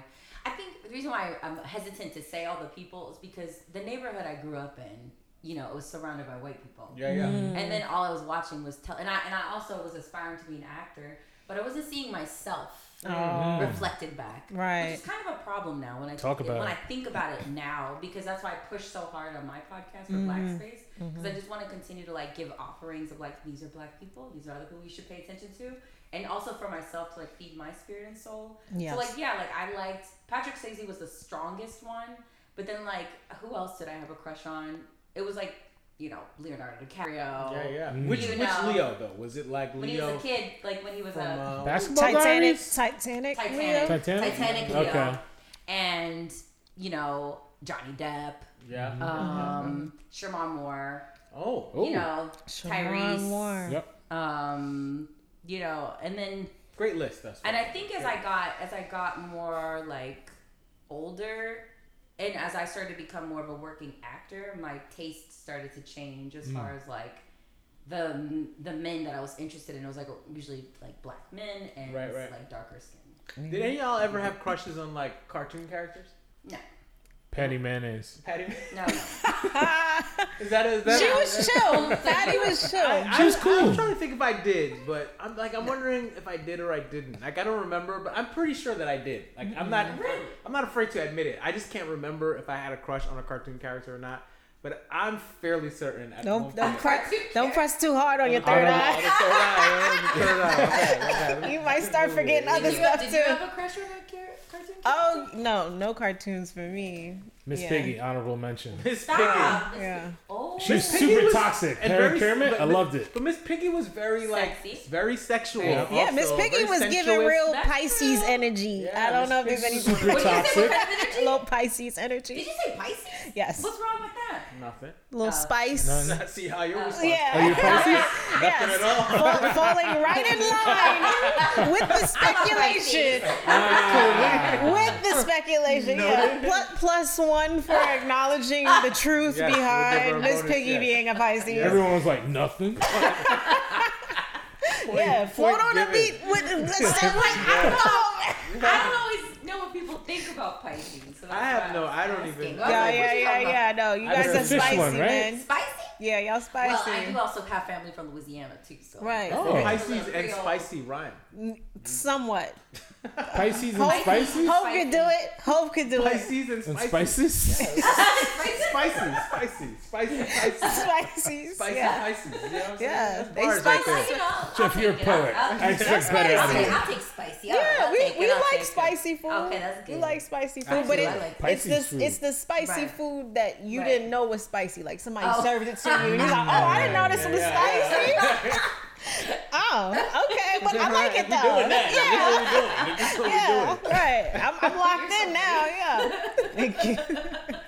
Speaker 4: I think the reason why I'm hesitant to say all the people is because the neighborhood I grew up in, you know, it was surrounded by white people.
Speaker 1: Yeah, yeah.
Speaker 4: And then all I was watching was tell, and I and I also was aspiring to be an actor, but I wasn't seeing myself
Speaker 1: Mm-hmm.
Speaker 4: reflected back.
Speaker 3: Right.
Speaker 4: Which is kind of a problem now when I
Speaker 2: Talk about
Speaker 4: when
Speaker 2: it.
Speaker 4: I think about it now because that's why I push so hard on my podcast for Black
Speaker 3: Mm-hmm.
Speaker 4: Space because I just want to continue to like give offerings of like these are Black people, these are the people you should pay attention to, and also for myself to like feed my spirit and soul.
Speaker 3: Yes.
Speaker 4: So like yeah, like I liked Patrick Swayze was the strongest one, but then like who else did I have a crush on? It was like you know Leonardo DiCaprio.
Speaker 1: Yeah, yeah. Which
Speaker 4: You
Speaker 1: which
Speaker 4: know.
Speaker 1: Leo though? Was it like
Speaker 4: um, When he
Speaker 1: Leo
Speaker 4: was a kid, like when he was
Speaker 1: from?
Speaker 4: a
Speaker 1: Uh,
Speaker 2: Basketball
Speaker 3: Titanic,
Speaker 2: diaries?
Speaker 3: Titanic,
Speaker 4: Titanic.
Speaker 3: Leo.
Speaker 2: Titanic?
Speaker 4: Titanic, Leo.
Speaker 2: Okay.
Speaker 4: And, you know, Johnny Depp,
Speaker 1: yeah.
Speaker 4: um,
Speaker 3: Uh-huh.
Speaker 4: Sherman Moore,
Speaker 1: oh.
Speaker 2: Ooh.
Speaker 4: you know,
Speaker 3: Sharon Moore.
Speaker 4: Tyrese,
Speaker 2: Yep.
Speaker 4: um, you know, and then,
Speaker 1: Great list. That's
Speaker 4: and
Speaker 1: right.
Speaker 4: I think as I got, as I got more like older and as I started to become more of a working actor, my taste started to change as
Speaker 1: Hmm.
Speaker 4: far as like, the, the men that I was interested in it was like usually like black men and
Speaker 1: Right, right.
Speaker 4: like darker skin.
Speaker 1: Did any of y'all ever have crushes on like cartoon characters?
Speaker 4: No,
Speaker 2: Patty mayonnaise.
Speaker 1: Patty,
Speaker 4: no, no.
Speaker 1: is that a, is that
Speaker 3: She
Speaker 1: a-
Speaker 3: was chill. Patty was chill.
Speaker 2: She was
Speaker 1: I-
Speaker 2: cool.
Speaker 1: I'm trying to think if I did, but I'm like I'm wondering if I did or I didn't. Like I don't remember, but I'm pretty sure that I did. Like I'm not I'm not afraid to admit it. I just can't remember if I had a crush on a cartoon character or not. But I'm fairly certain. At
Speaker 3: Don't
Speaker 1: one
Speaker 3: don't
Speaker 1: point-
Speaker 3: press don't press too hard on your
Speaker 1: Oh,
Speaker 3: third
Speaker 1: no,
Speaker 3: eye.
Speaker 1: the third eye, yeah, the third eye, okay, okay.
Speaker 3: You might start forgetting other
Speaker 4: Did you, have,
Speaker 3: stuff
Speaker 4: did you
Speaker 3: too.
Speaker 4: have a crush on that car- cartoon?
Speaker 3: Oh no, no cartoons for me.
Speaker 2: Miss
Speaker 3: Yeah.
Speaker 2: Piggy, honorable mention.
Speaker 1: Miss Piggy.
Speaker 4: Stop.
Speaker 3: Yeah.
Speaker 4: Oh.
Speaker 2: She was
Speaker 1: Miss Piggy
Speaker 2: super
Speaker 1: was-
Speaker 2: toxic.
Speaker 1: and very-
Speaker 2: Harry Kermit,
Speaker 1: but
Speaker 2: I
Speaker 1: Miss-
Speaker 2: loved it.
Speaker 1: But Miss Piggy was very like
Speaker 4: Sexy.
Speaker 1: very sexual.
Speaker 3: Yeah, Miss
Speaker 1: also,
Speaker 3: Piggy
Speaker 1: very
Speaker 3: was giving
Speaker 1: sensuous.
Speaker 3: real
Speaker 4: That's
Speaker 3: Pisces
Speaker 4: true.
Speaker 3: energy.
Speaker 1: Yeah,
Speaker 3: I don't
Speaker 1: Miss
Speaker 3: know if there's
Speaker 1: Piggy
Speaker 3: any
Speaker 1: was super
Speaker 4: What did you say? What kind of energy?
Speaker 3: little Pisces
Speaker 4: Did
Speaker 3: energy.
Speaker 4: you say Pisces?
Speaker 3: Yes.
Speaker 4: What's wrong with that?
Speaker 1: Nothing.
Speaker 3: Little spice.
Speaker 2: None.
Speaker 1: See how your response
Speaker 2: Are you
Speaker 3: Uh, Yeah.
Speaker 2: Pisces?
Speaker 1: Nothing at
Speaker 3: Yes.
Speaker 1: all.
Speaker 3: Fall- falling right in line with the speculation. with the speculation. Yeah. Plus, plus one for acknowledging the truth
Speaker 1: Yes, we'll give her a
Speaker 3: behind Miss
Speaker 1: bonus,
Speaker 3: Piggy
Speaker 1: yes.
Speaker 3: being a Pisces.
Speaker 2: Everyone was like, nothing.
Speaker 3: yeah, float
Speaker 1: point
Speaker 3: on a
Speaker 1: given.
Speaker 3: beat with the step like I don't know.
Speaker 4: I don't always know what people think about Pisces. So that's
Speaker 1: I have
Speaker 4: why
Speaker 1: no-
Speaker 4: was
Speaker 1: I don't
Speaker 4: asking.
Speaker 1: even-
Speaker 4: I was
Speaker 3: Yeah,
Speaker 4: like,
Speaker 3: yeah,
Speaker 4: what you
Speaker 3: yeah,
Speaker 4: talking
Speaker 3: yeah. No, you
Speaker 1: I
Speaker 3: guys
Speaker 1: heard
Speaker 3: are
Speaker 1: the fish
Speaker 3: spicy,
Speaker 2: one, right?
Speaker 3: man.
Speaker 4: about? Spicy?
Speaker 3: Yeah, y'all spicy.
Speaker 4: Well, I do also have family from Louisiana too, so.
Speaker 3: Right.
Speaker 2: Oh.
Speaker 1: Oh,
Speaker 2: Okay.
Speaker 1: Pisces and
Speaker 4: Creole.
Speaker 1: spicy rhyme.
Speaker 3: Somewhat.
Speaker 2: Pisces and
Speaker 3: Hope,
Speaker 2: spices?
Speaker 3: Hope could do it. Hope could do it.
Speaker 1: Pisces and
Speaker 2: And
Speaker 1: spicy.
Speaker 2: spices?
Speaker 4: Spicy?
Speaker 1: Spicy, spicy, spicy, spicy,
Speaker 3: Spicy.
Speaker 1: spicy,
Speaker 3: yeah.
Speaker 1: Pisces. You know what I'm saying?
Speaker 3: Yeah,
Speaker 1: That's
Speaker 3: they
Speaker 1: bars right
Speaker 3: spicy.
Speaker 1: there.
Speaker 4: You know, I'll
Speaker 2: Jeff,
Speaker 4: take
Speaker 2: you're a
Speaker 4: it.
Speaker 2: poet.
Speaker 4: I'll- I'll-
Speaker 2: I expect better
Speaker 4: I'll
Speaker 2: out of
Speaker 4: take-
Speaker 2: you.
Speaker 4: I'll take spicy. I'll-
Speaker 3: Yeah,
Speaker 4: I'll
Speaker 3: we,
Speaker 4: take it,
Speaker 3: we
Speaker 4: I'll
Speaker 3: like
Speaker 4: take it.
Speaker 3: spicy food.
Speaker 4: Okay, that's
Speaker 3: We
Speaker 4: good.
Speaker 3: like spicy food,
Speaker 1: Actually,
Speaker 3: but
Speaker 1: I
Speaker 3: it,
Speaker 4: like
Speaker 3: it's
Speaker 2: Pisces
Speaker 3: the
Speaker 2: food.
Speaker 3: it's the spicy
Speaker 4: Right.
Speaker 3: food that you
Speaker 4: Right.
Speaker 3: didn't know was spicy. Like somebody
Speaker 4: Oh.
Speaker 3: served it to you, and you're like, "Oh, I didn't know this was spicy." oh, okay, but I like it though. Yeah,
Speaker 1: That's what we're
Speaker 3: yeah,
Speaker 1: doing.
Speaker 3: right. I'm, I'm locked in now. Yeah. Thank you.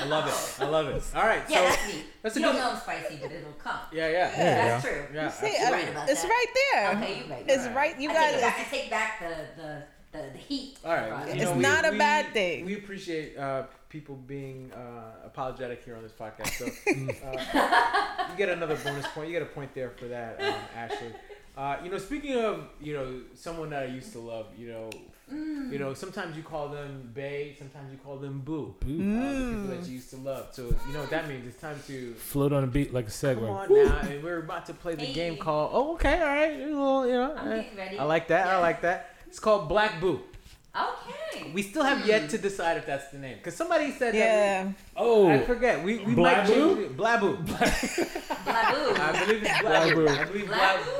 Speaker 1: I love it. I love it. All right,
Speaker 4: Yeah,
Speaker 1: so
Speaker 4: that's me.
Speaker 1: that's a
Speaker 4: you don't
Speaker 1: good-
Speaker 4: know I'm spicy, but it'll come.
Speaker 1: yeah, yeah,
Speaker 2: Yeah.
Speaker 4: That's true.
Speaker 1: yeah.
Speaker 3: See,
Speaker 1: absolutely.
Speaker 4: right about
Speaker 3: uh, it's
Speaker 4: that.
Speaker 3: right there.
Speaker 4: Okay, you right.
Speaker 3: It's right. You
Speaker 4: I
Speaker 3: guys.
Speaker 4: Take back, I take back the the the, the heat.
Speaker 1: All right.
Speaker 4: Right.
Speaker 1: you
Speaker 3: It's
Speaker 1: know, we-
Speaker 3: not a
Speaker 1: we-
Speaker 3: bad thing.
Speaker 1: We appreciate uh, people being uh, apologetic here on this podcast. So uh, you get another bonus point. You get a point there for that, um, Ashley. Uh, you know, speaking of you know someone that I used to love, you know, you know sometimes you call them Bay, sometimes you call them Boo. Uh, the people that you used to love. So you know what that means. It's time to
Speaker 2: Float on a beat like a
Speaker 1: come
Speaker 2: segway.
Speaker 1: on now, and we're about to play the game
Speaker 4: Hey.
Speaker 1: called. Oh, okay, all right. a little, you know,
Speaker 4: I'm
Speaker 1: eh,
Speaker 4: getting ready.
Speaker 1: I like that. I
Speaker 4: Yeah.
Speaker 1: like that. It's called Black Boo.
Speaker 4: Okay.
Speaker 1: We still have yet to decide if that's the name because somebody said that.
Speaker 3: Yeah.
Speaker 1: we-
Speaker 2: Oh,
Speaker 1: I forget. We, we might
Speaker 2: Blabu?
Speaker 1: change it. Blabu.
Speaker 4: Blaboo.
Speaker 1: I believe it's Blabu.
Speaker 2: Blabu.
Speaker 1: I believe Bla-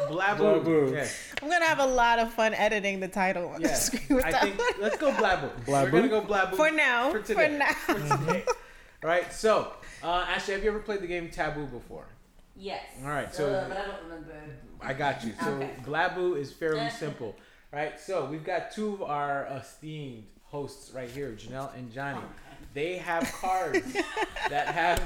Speaker 1: Blabu.
Speaker 2: Blabu.
Speaker 1: Yeah.
Speaker 3: I'm gonna have a lot of fun editing the title on the
Speaker 1: yeah.
Speaker 3: screen with
Speaker 1: I
Speaker 3: that
Speaker 1: think
Speaker 3: one.
Speaker 1: let's go Blabu. We're
Speaker 2: Blabu?
Speaker 1: gonna go Blabu
Speaker 3: For now. For,
Speaker 1: today.
Speaker 3: now.
Speaker 1: today. All right. So, uh, Ashley, have you ever played the game Taboo before?
Speaker 4: Yes.
Speaker 1: All right, so-
Speaker 4: Uh, but I don't remember.
Speaker 1: I got you. So
Speaker 4: Okay.
Speaker 1: Blabu is fairly simple, right? So we've got two of our esteemed hosts right here, Janelle and Johnny. They have cards that have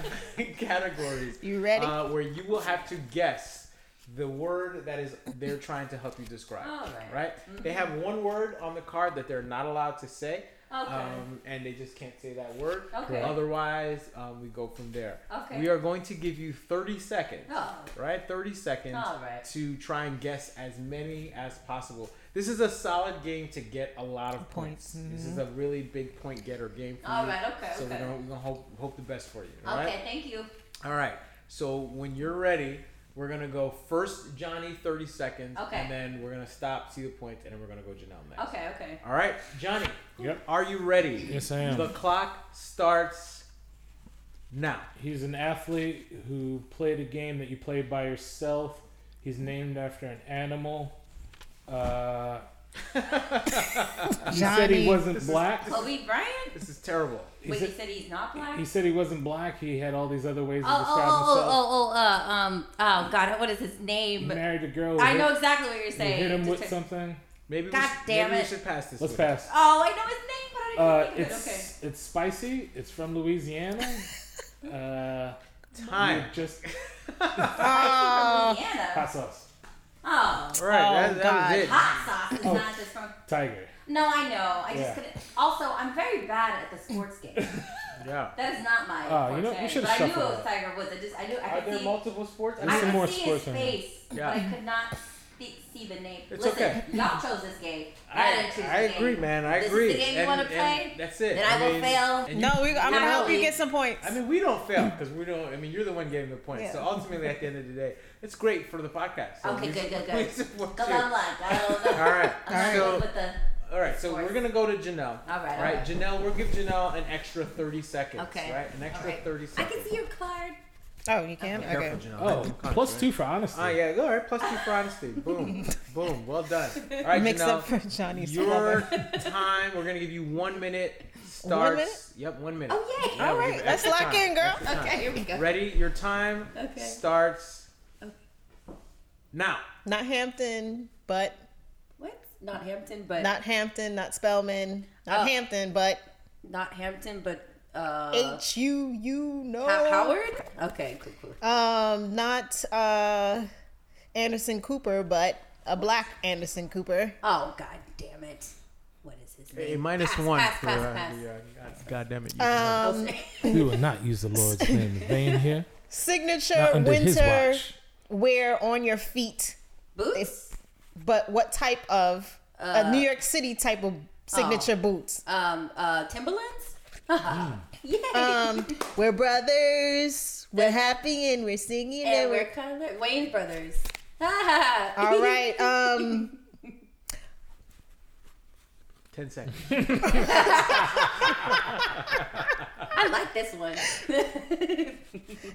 Speaker 1: categories.
Speaker 3: You ready?
Speaker 1: Uh, where you will have to guess the word that is they're trying to help you describe.
Speaker 4: All right. Mm-hmm.
Speaker 1: They have one word on the card that they're not allowed to say.
Speaker 4: Okay.
Speaker 1: um, and they just can't say that word.
Speaker 4: Okay.
Speaker 1: Otherwise, um, we go from there.
Speaker 4: Okay.
Speaker 1: We are going to give you 30 seconds.
Speaker 4: Oh.
Speaker 1: Right? 30 seconds
Speaker 4: All right.
Speaker 1: to try and guess as many as possible. This is a solid game to get a lot of points.
Speaker 3: Points,
Speaker 1: This is a really big point getter game for
Speaker 4: All
Speaker 1: you.
Speaker 4: right, okay,
Speaker 1: So
Speaker 4: okay.
Speaker 1: we're going to hope, hope the best for you.
Speaker 4: Okay,
Speaker 1: All right?
Speaker 4: thank you.
Speaker 1: All right. So when you're ready, we're gonna go first Johnny 30 seconds,
Speaker 4: Okay.
Speaker 1: and then we're gonna stop, see the points, and then we're gonna go Janelle next.
Speaker 4: Okay, okay.
Speaker 1: All right, Johnny.
Speaker 2: Yep.
Speaker 1: Are you ready?
Speaker 2: Yes, I am.
Speaker 1: The clock starts now.
Speaker 2: He's an athlete who played a game that you play by yourself. He's named after an animal. Uh, he said he
Speaker 3: Johnny.
Speaker 2: wasn't black.
Speaker 4: Kobe Bryant?
Speaker 1: This is terrible.
Speaker 2: He
Speaker 4: Wait, you
Speaker 2: said,
Speaker 4: said he's not black?
Speaker 2: he said he wasn't black. He had all these other ways
Speaker 4: oh,
Speaker 2: to
Speaker 4: oh,
Speaker 2: describe
Speaker 4: oh,
Speaker 2: himself.
Speaker 4: oh, oh, oh, uh, um, oh, God, what is his
Speaker 2: He
Speaker 4: name?
Speaker 2: married a girl. who
Speaker 4: I
Speaker 2: hit-
Speaker 4: know exactly what you're
Speaker 2: who
Speaker 4: saying.
Speaker 2: hit him
Speaker 4: Just
Speaker 2: with
Speaker 4: check-
Speaker 2: something.
Speaker 1: Maybe we,
Speaker 4: God
Speaker 1: should,
Speaker 4: damn
Speaker 1: maybe
Speaker 4: it.
Speaker 1: we should pass this.
Speaker 2: Let's
Speaker 1: one.
Speaker 2: pass.
Speaker 4: Oh, I know his name, but I didn't
Speaker 2: Uh,
Speaker 4: think of
Speaker 2: it's
Speaker 4: it. Okay.
Speaker 2: it's spicy. It's from Louisiana. uh,
Speaker 1: Time.
Speaker 2: you just
Speaker 3: Oh,
Speaker 4: Louisiana.
Speaker 2: Uh, hot sauce.
Speaker 4: Oh.
Speaker 1: All right.
Speaker 3: Oh,
Speaker 1: that, that was it.
Speaker 4: Hot sauce is
Speaker 2: Oh.
Speaker 4: not just from.
Speaker 2: Tiger.
Speaker 4: No, I know. I just
Speaker 2: Yeah.
Speaker 4: couldn't. Also, I'm very bad at the sports game.
Speaker 1: Yeah.
Speaker 4: That is not my.
Speaker 2: Oh, you know,
Speaker 4: forte,
Speaker 2: you should've
Speaker 4: but I knew it
Speaker 2: shuffled
Speaker 4: was
Speaker 2: that.
Speaker 4: Tiger Woods. I just, I knew, I
Speaker 1: Are
Speaker 4: could
Speaker 1: there
Speaker 4: see,
Speaker 1: multiple sports?
Speaker 2: There's
Speaker 4: I
Speaker 2: some
Speaker 4: could
Speaker 2: more
Speaker 4: see
Speaker 2: sports
Speaker 4: his
Speaker 2: in here.
Speaker 4: face,
Speaker 1: Yeah.
Speaker 4: but I could not see, see the name.
Speaker 1: It's
Speaker 4: Listen,
Speaker 1: okay.
Speaker 4: y'all chose this game. I,
Speaker 1: I,
Speaker 4: didn't choose
Speaker 1: I
Speaker 4: the game.
Speaker 1: agree, man. I
Speaker 4: This is the
Speaker 1: agree.
Speaker 4: game you
Speaker 1: And-
Speaker 4: wanna
Speaker 1: and
Speaker 4: play?
Speaker 1: That's it.
Speaker 4: Then I will
Speaker 1: mean,
Speaker 4: fail.
Speaker 1: and you-
Speaker 3: no, we, I'm
Speaker 4: You
Speaker 3: gonna
Speaker 4: know,
Speaker 3: help you
Speaker 4: we-
Speaker 3: get some points.
Speaker 1: I mean, we don't fail because we don't. I mean, you're the one getting the points. So
Speaker 3: Yeah.
Speaker 1: ultimately, at the end of the day, it's great for the podcast. So
Speaker 4: Okay,
Speaker 1: we-
Speaker 4: good, good,
Speaker 1: we
Speaker 4: good.
Speaker 1: support
Speaker 4: Because
Speaker 1: you.
Speaker 4: I'm like, I don't know.
Speaker 1: All right.
Speaker 4: I'm not
Speaker 1: So-
Speaker 4: good with the.
Speaker 1: All right. So we're gonna go to Janelle.
Speaker 4: All right, all
Speaker 1: Right.
Speaker 4: right.
Speaker 1: Janelle, we'll give Janelle an extra 30 seconds.
Speaker 4: Okay.
Speaker 1: Right. An extra
Speaker 4: All right.
Speaker 1: 30
Speaker 4: I
Speaker 1: seconds.
Speaker 4: can see your card.
Speaker 3: Oh, you can? Okay.
Speaker 1: Careful, Janelle.
Speaker 2: Oh,
Speaker 1: Don't come,
Speaker 2: plus
Speaker 1: right?
Speaker 2: two for honesty.
Speaker 1: Ah, yeah. All right. Plus two for honesty. Boom. Boom. Well done. All right,
Speaker 3: Mix
Speaker 1: Janelle.
Speaker 3: up for Johnny's
Speaker 1: your
Speaker 3: lover.
Speaker 1: time. We're gonna give you one minute. Starts.
Speaker 3: minute?
Speaker 1: Yep. One minute.
Speaker 4: Oh, yay.
Speaker 1: Yeah,
Speaker 3: All
Speaker 1: we'll give
Speaker 3: right,
Speaker 1: it
Speaker 3: let's
Speaker 1: extra
Speaker 3: lock
Speaker 1: time,
Speaker 3: in, girl.
Speaker 1: extra time.
Speaker 4: Okay, here we go.
Speaker 1: Ready? Your time
Speaker 4: Okay. Oh.
Speaker 1: starts
Speaker 4: Okay.
Speaker 1: now.
Speaker 3: Not Hampton, but
Speaker 4: What? Not Hampton, but. Not,
Speaker 3: not Hampton, not Spellman, not
Speaker 4: Oh.
Speaker 3: Hampton, but
Speaker 4: Hampton, but. Uh,
Speaker 3: H U U no
Speaker 4: Ho- Howard? Okay, cool, cool.
Speaker 3: Um, not uh Anderson Cooper, but a black Anderson Cooper.
Speaker 4: Oh, god damn it. What is his name?
Speaker 1: A minus
Speaker 4: Pass,
Speaker 1: one.
Speaker 4: Pass,
Speaker 1: for,
Speaker 4: pass,
Speaker 1: uh,
Speaker 4: pass.
Speaker 1: the, uh, God, God damn it. You
Speaker 3: Um,
Speaker 2: We will not use the Lord's name in vain here.
Speaker 3: signature
Speaker 2: Not under his
Speaker 3: winter
Speaker 2: watch.
Speaker 3: wear on your feet,
Speaker 4: Boots?
Speaker 3: but what type of a New York City type of signature boots?
Speaker 4: Um, uh, Timberlands?
Speaker 1: Mm.
Speaker 4: Yay!
Speaker 3: Um, we're brothers. We're happy and we're singing and,
Speaker 4: and
Speaker 3: we're,
Speaker 4: we're color. Wayne Brothers. Ah!
Speaker 3: all right. Um,
Speaker 1: Ten seconds.
Speaker 4: I like this one.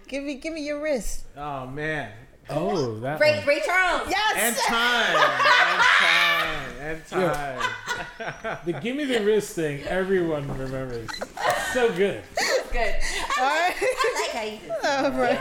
Speaker 3: give me give me your wrist.
Speaker 1: Oh man.
Speaker 2: Oh, that
Speaker 4: Ray,
Speaker 2: one.
Speaker 4: Ray Charles.
Speaker 3: Yes.
Speaker 1: And time. and time. And time.
Speaker 2: The give me the wrist thing. Everyone remembers. So good.
Speaker 4: Good.
Speaker 3: All right.
Speaker 4: I like how you do it.
Speaker 3: All right.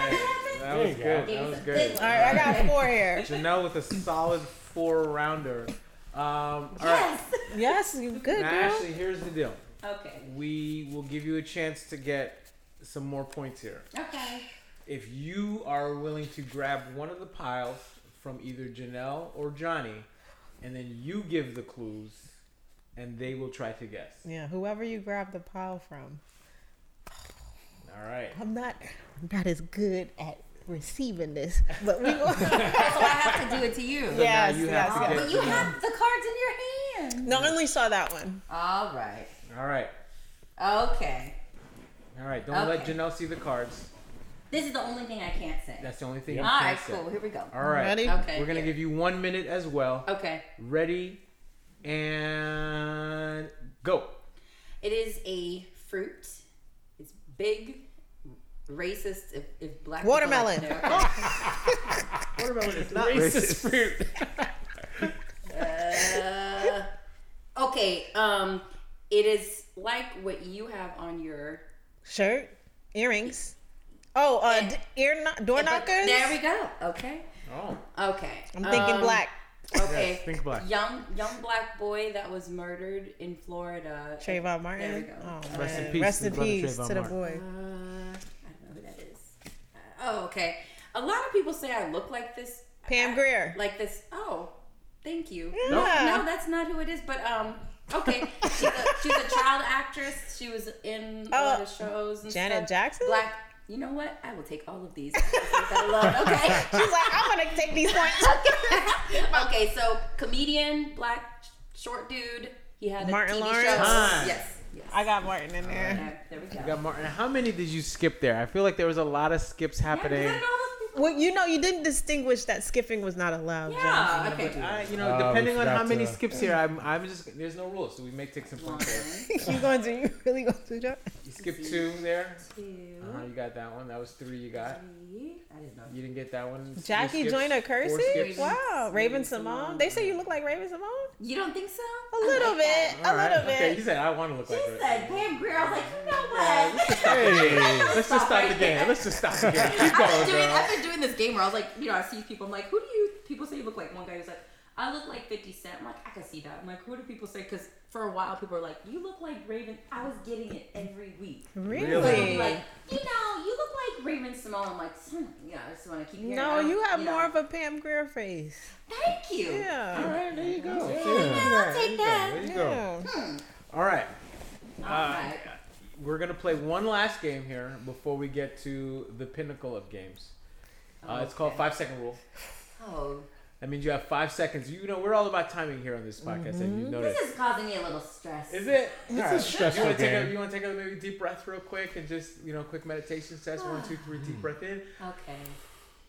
Speaker 1: That was
Speaker 2: There
Speaker 1: good.
Speaker 2: you go.
Speaker 1: That was
Speaker 4: Give me
Speaker 1: good.
Speaker 4: some
Speaker 3: All right, I got four here.
Speaker 1: Janelle with a solid four rounder. Um, all right.
Speaker 4: Yes.
Speaker 3: Yes, you good,
Speaker 1: Now,
Speaker 3: girl.
Speaker 1: actually, here's the deal.
Speaker 4: Okay.
Speaker 1: We will give you a chance to get some more points here.
Speaker 4: Okay.
Speaker 1: If you are willing to grab one of the piles from either Janelle or Johnny, and then you give the clues, and they will try to guess.
Speaker 3: Yeah, whoever you grab the pile from.
Speaker 1: All right.
Speaker 3: I'm not I'm not as good at receiving this, but we will.
Speaker 4: So I have to do it to you.
Speaker 3: yes,
Speaker 1: you have
Speaker 3: yes,
Speaker 1: to
Speaker 3: yes.
Speaker 4: But you have the cards in your hand.
Speaker 3: No, I only saw that one.
Speaker 4: All right.
Speaker 1: All right.
Speaker 4: Okay.
Speaker 1: All right. Don't let
Speaker 4: Okay.
Speaker 1: Janelle see the cards.
Speaker 4: This is the only thing I can't say.
Speaker 1: That's the only thing
Speaker 4: All
Speaker 1: you can
Speaker 4: right,
Speaker 1: say.
Speaker 4: cool. Here we go.
Speaker 1: All right.
Speaker 3: Ready?
Speaker 4: Okay.
Speaker 1: We're going to give you one minute as well.
Speaker 4: Okay.
Speaker 1: Ready and go.
Speaker 4: It is a fruit. It's big, racist. If, if black people
Speaker 3: Watermelon.
Speaker 4: like- no, okay.
Speaker 1: What about when it's not
Speaker 2: Racist
Speaker 1: fruit?
Speaker 4: Uh, okay. Um, it is like what you have on your.
Speaker 3: Shirt, earrings. Oh, uh, d- ear kno- door
Speaker 4: But
Speaker 3: knockers.
Speaker 4: There we go. Okay.
Speaker 1: Oh.
Speaker 4: Okay.
Speaker 3: I'm thinking
Speaker 4: Um,
Speaker 3: black.
Speaker 4: Okay.
Speaker 1: Yes, think black.
Speaker 4: Young young black boy that was murdered in Florida.
Speaker 3: Trayvon Martin.
Speaker 4: There we go.
Speaker 3: Oh,
Speaker 1: Rest in
Speaker 3: man.
Speaker 1: peace,
Speaker 3: Rest
Speaker 1: his
Speaker 3: in
Speaker 1: brother
Speaker 3: peace
Speaker 1: Trayvon
Speaker 3: to the
Speaker 1: Martin.
Speaker 3: boy.
Speaker 4: Uh, I don't know who that is. Uh, oh, okay. A lot of people say I look like this.
Speaker 3: Pam
Speaker 4: I-
Speaker 3: Grier.
Speaker 4: Like this. Oh, thank you.
Speaker 3: Yeah.
Speaker 4: No, that's not who it is. But um, Okay, she's a, she's a child actress. She was in a lot of shows. And
Speaker 3: Oh, Janet
Speaker 4: stuff.
Speaker 3: Jackson?
Speaker 4: Black. You know what? I will take all of these. I love. Okay.
Speaker 3: She's like, I'm gonna take these points.
Speaker 4: okay, so comedian, black, short dude. He had a
Speaker 3: Martin
Speaker 4: TV
Speaker 3: Lawrence?
Speaker 4: show.
Speaker 1: Time.
Speaker 4: Yes. yes.
Speaker 3: I got Martin in there.
Speaker 4: Yeah, there we go.
Speaker 1: You got Martin. How many did you skip there? I feel like there was a lot of skips happening.
Speaker 4: Yeah, 'cause I know those people.
Speaker 3: Well, you know, you didn't distinguish that skipping was not allowed. Jen.
Speaker 4: Yeah, okay.
Speaker 1: I, you know,
Speaker 2: Uh, we
Speaker 1: depending on
Speaker 2: forgot
Speaker 1: how many
Speaker 2: to-
Speaker 1: skips here, I'm, I'm just there's no rules, so we make take some points. there.
Speaker 4: One,
Speaker 3: you gonna do? You really gonna do that?
Speaker 1: You skip two there.
Speaker 4: two,
Speaker 1: Uh-huh, you got that one. That was three. You got.
Speaker 4: three. I didn't know.
Speaker 1: You didn't get that one. You
Speaker 3: Jackie
Speaker 1: skipped
Speaker 3: Joyner
Speaker 1: four
Speaker 3: Kersey?
Speaker 1: skips.
Speaker 3: Wow, Raven
Speaker 4: Raven
Speaker 3: Simone.
Speaker 4: Simone.
Speaker 3: They say you look like Raven Simone.
Speaker 4: You don't think so?
Speaker 3: A little bit, a
Speaker 1: All right.
Speaker 3: little
Speaker 1: Okay, you
Speaker 3: bit.
Speaker 1: said I want to look
Speaker 4: She
Speaker 1: like her.
Speaker 4: said, "Pam Grier." I was like, you know what?
Speaker 2: Hey.
Speaker 1: Let's just stop
Speaker 4: Stop
Speaker 1: the
Speaker 4: right
Speaker 1: game.
Speaker 4: there.
Speaker 1: Let's just stop the game. Keep
Speaker 4: I've
Speaker 1: going,
Speaker 4: been, doing,
Speaker 1: girl.
Speaker 4: I've been doing this game where I was like, you know, I see people. I'm like, who do you? People say you look like one guy who's like, I look like 50 Cent. I'm like, I can see that. I'm like, who do people say? Because for a while, people are like, you look like Raven. I was getting it every week. They'll be
Speaker 3: Really?
Speaker 4: Like, you know, you look like Raven Simone. I'm like, hmm, yeah, I just want to keep. hearing
Speaker 3: No,
Speaker 4: it.
Speaker 3: you have
Speaker 4: know.
Speaker 3: more of a Pam Grier face.
Speaker 4: Thank you.
Speaker 1: All
Speaker 3: Yeah.
Speaker 1: right, there you go.
Speaker 4: I'll take that.
Speaker 1: There you go.
Speaker 3: Yeah.
Speaker 1: All right.
Speaker 4: All
Speaker 1: Uh,
Speaker 4: right.
Speaker 1: We're gonna play one last game here before we get to the pinnacle of games. Uh, It's called
Speaker 4: Okay.
Speaker 1: five second rule.
Speaker 4: Oh,
Speaker 1: That means you have five seconds. You know we're all about timing here on this podcast, and you notice.
Speaker 4: this is causing me a little stress.
Speaker 1: Is it? This
Speaker 2: is stressful
Speaker 1: You want to take a,
Speaker 2: game.
Speaker 1: you wanna take a maybe deep breath real quick and just you know quick meditation sets. One, two, three. Deep breath in.
Speaker 4: Okay.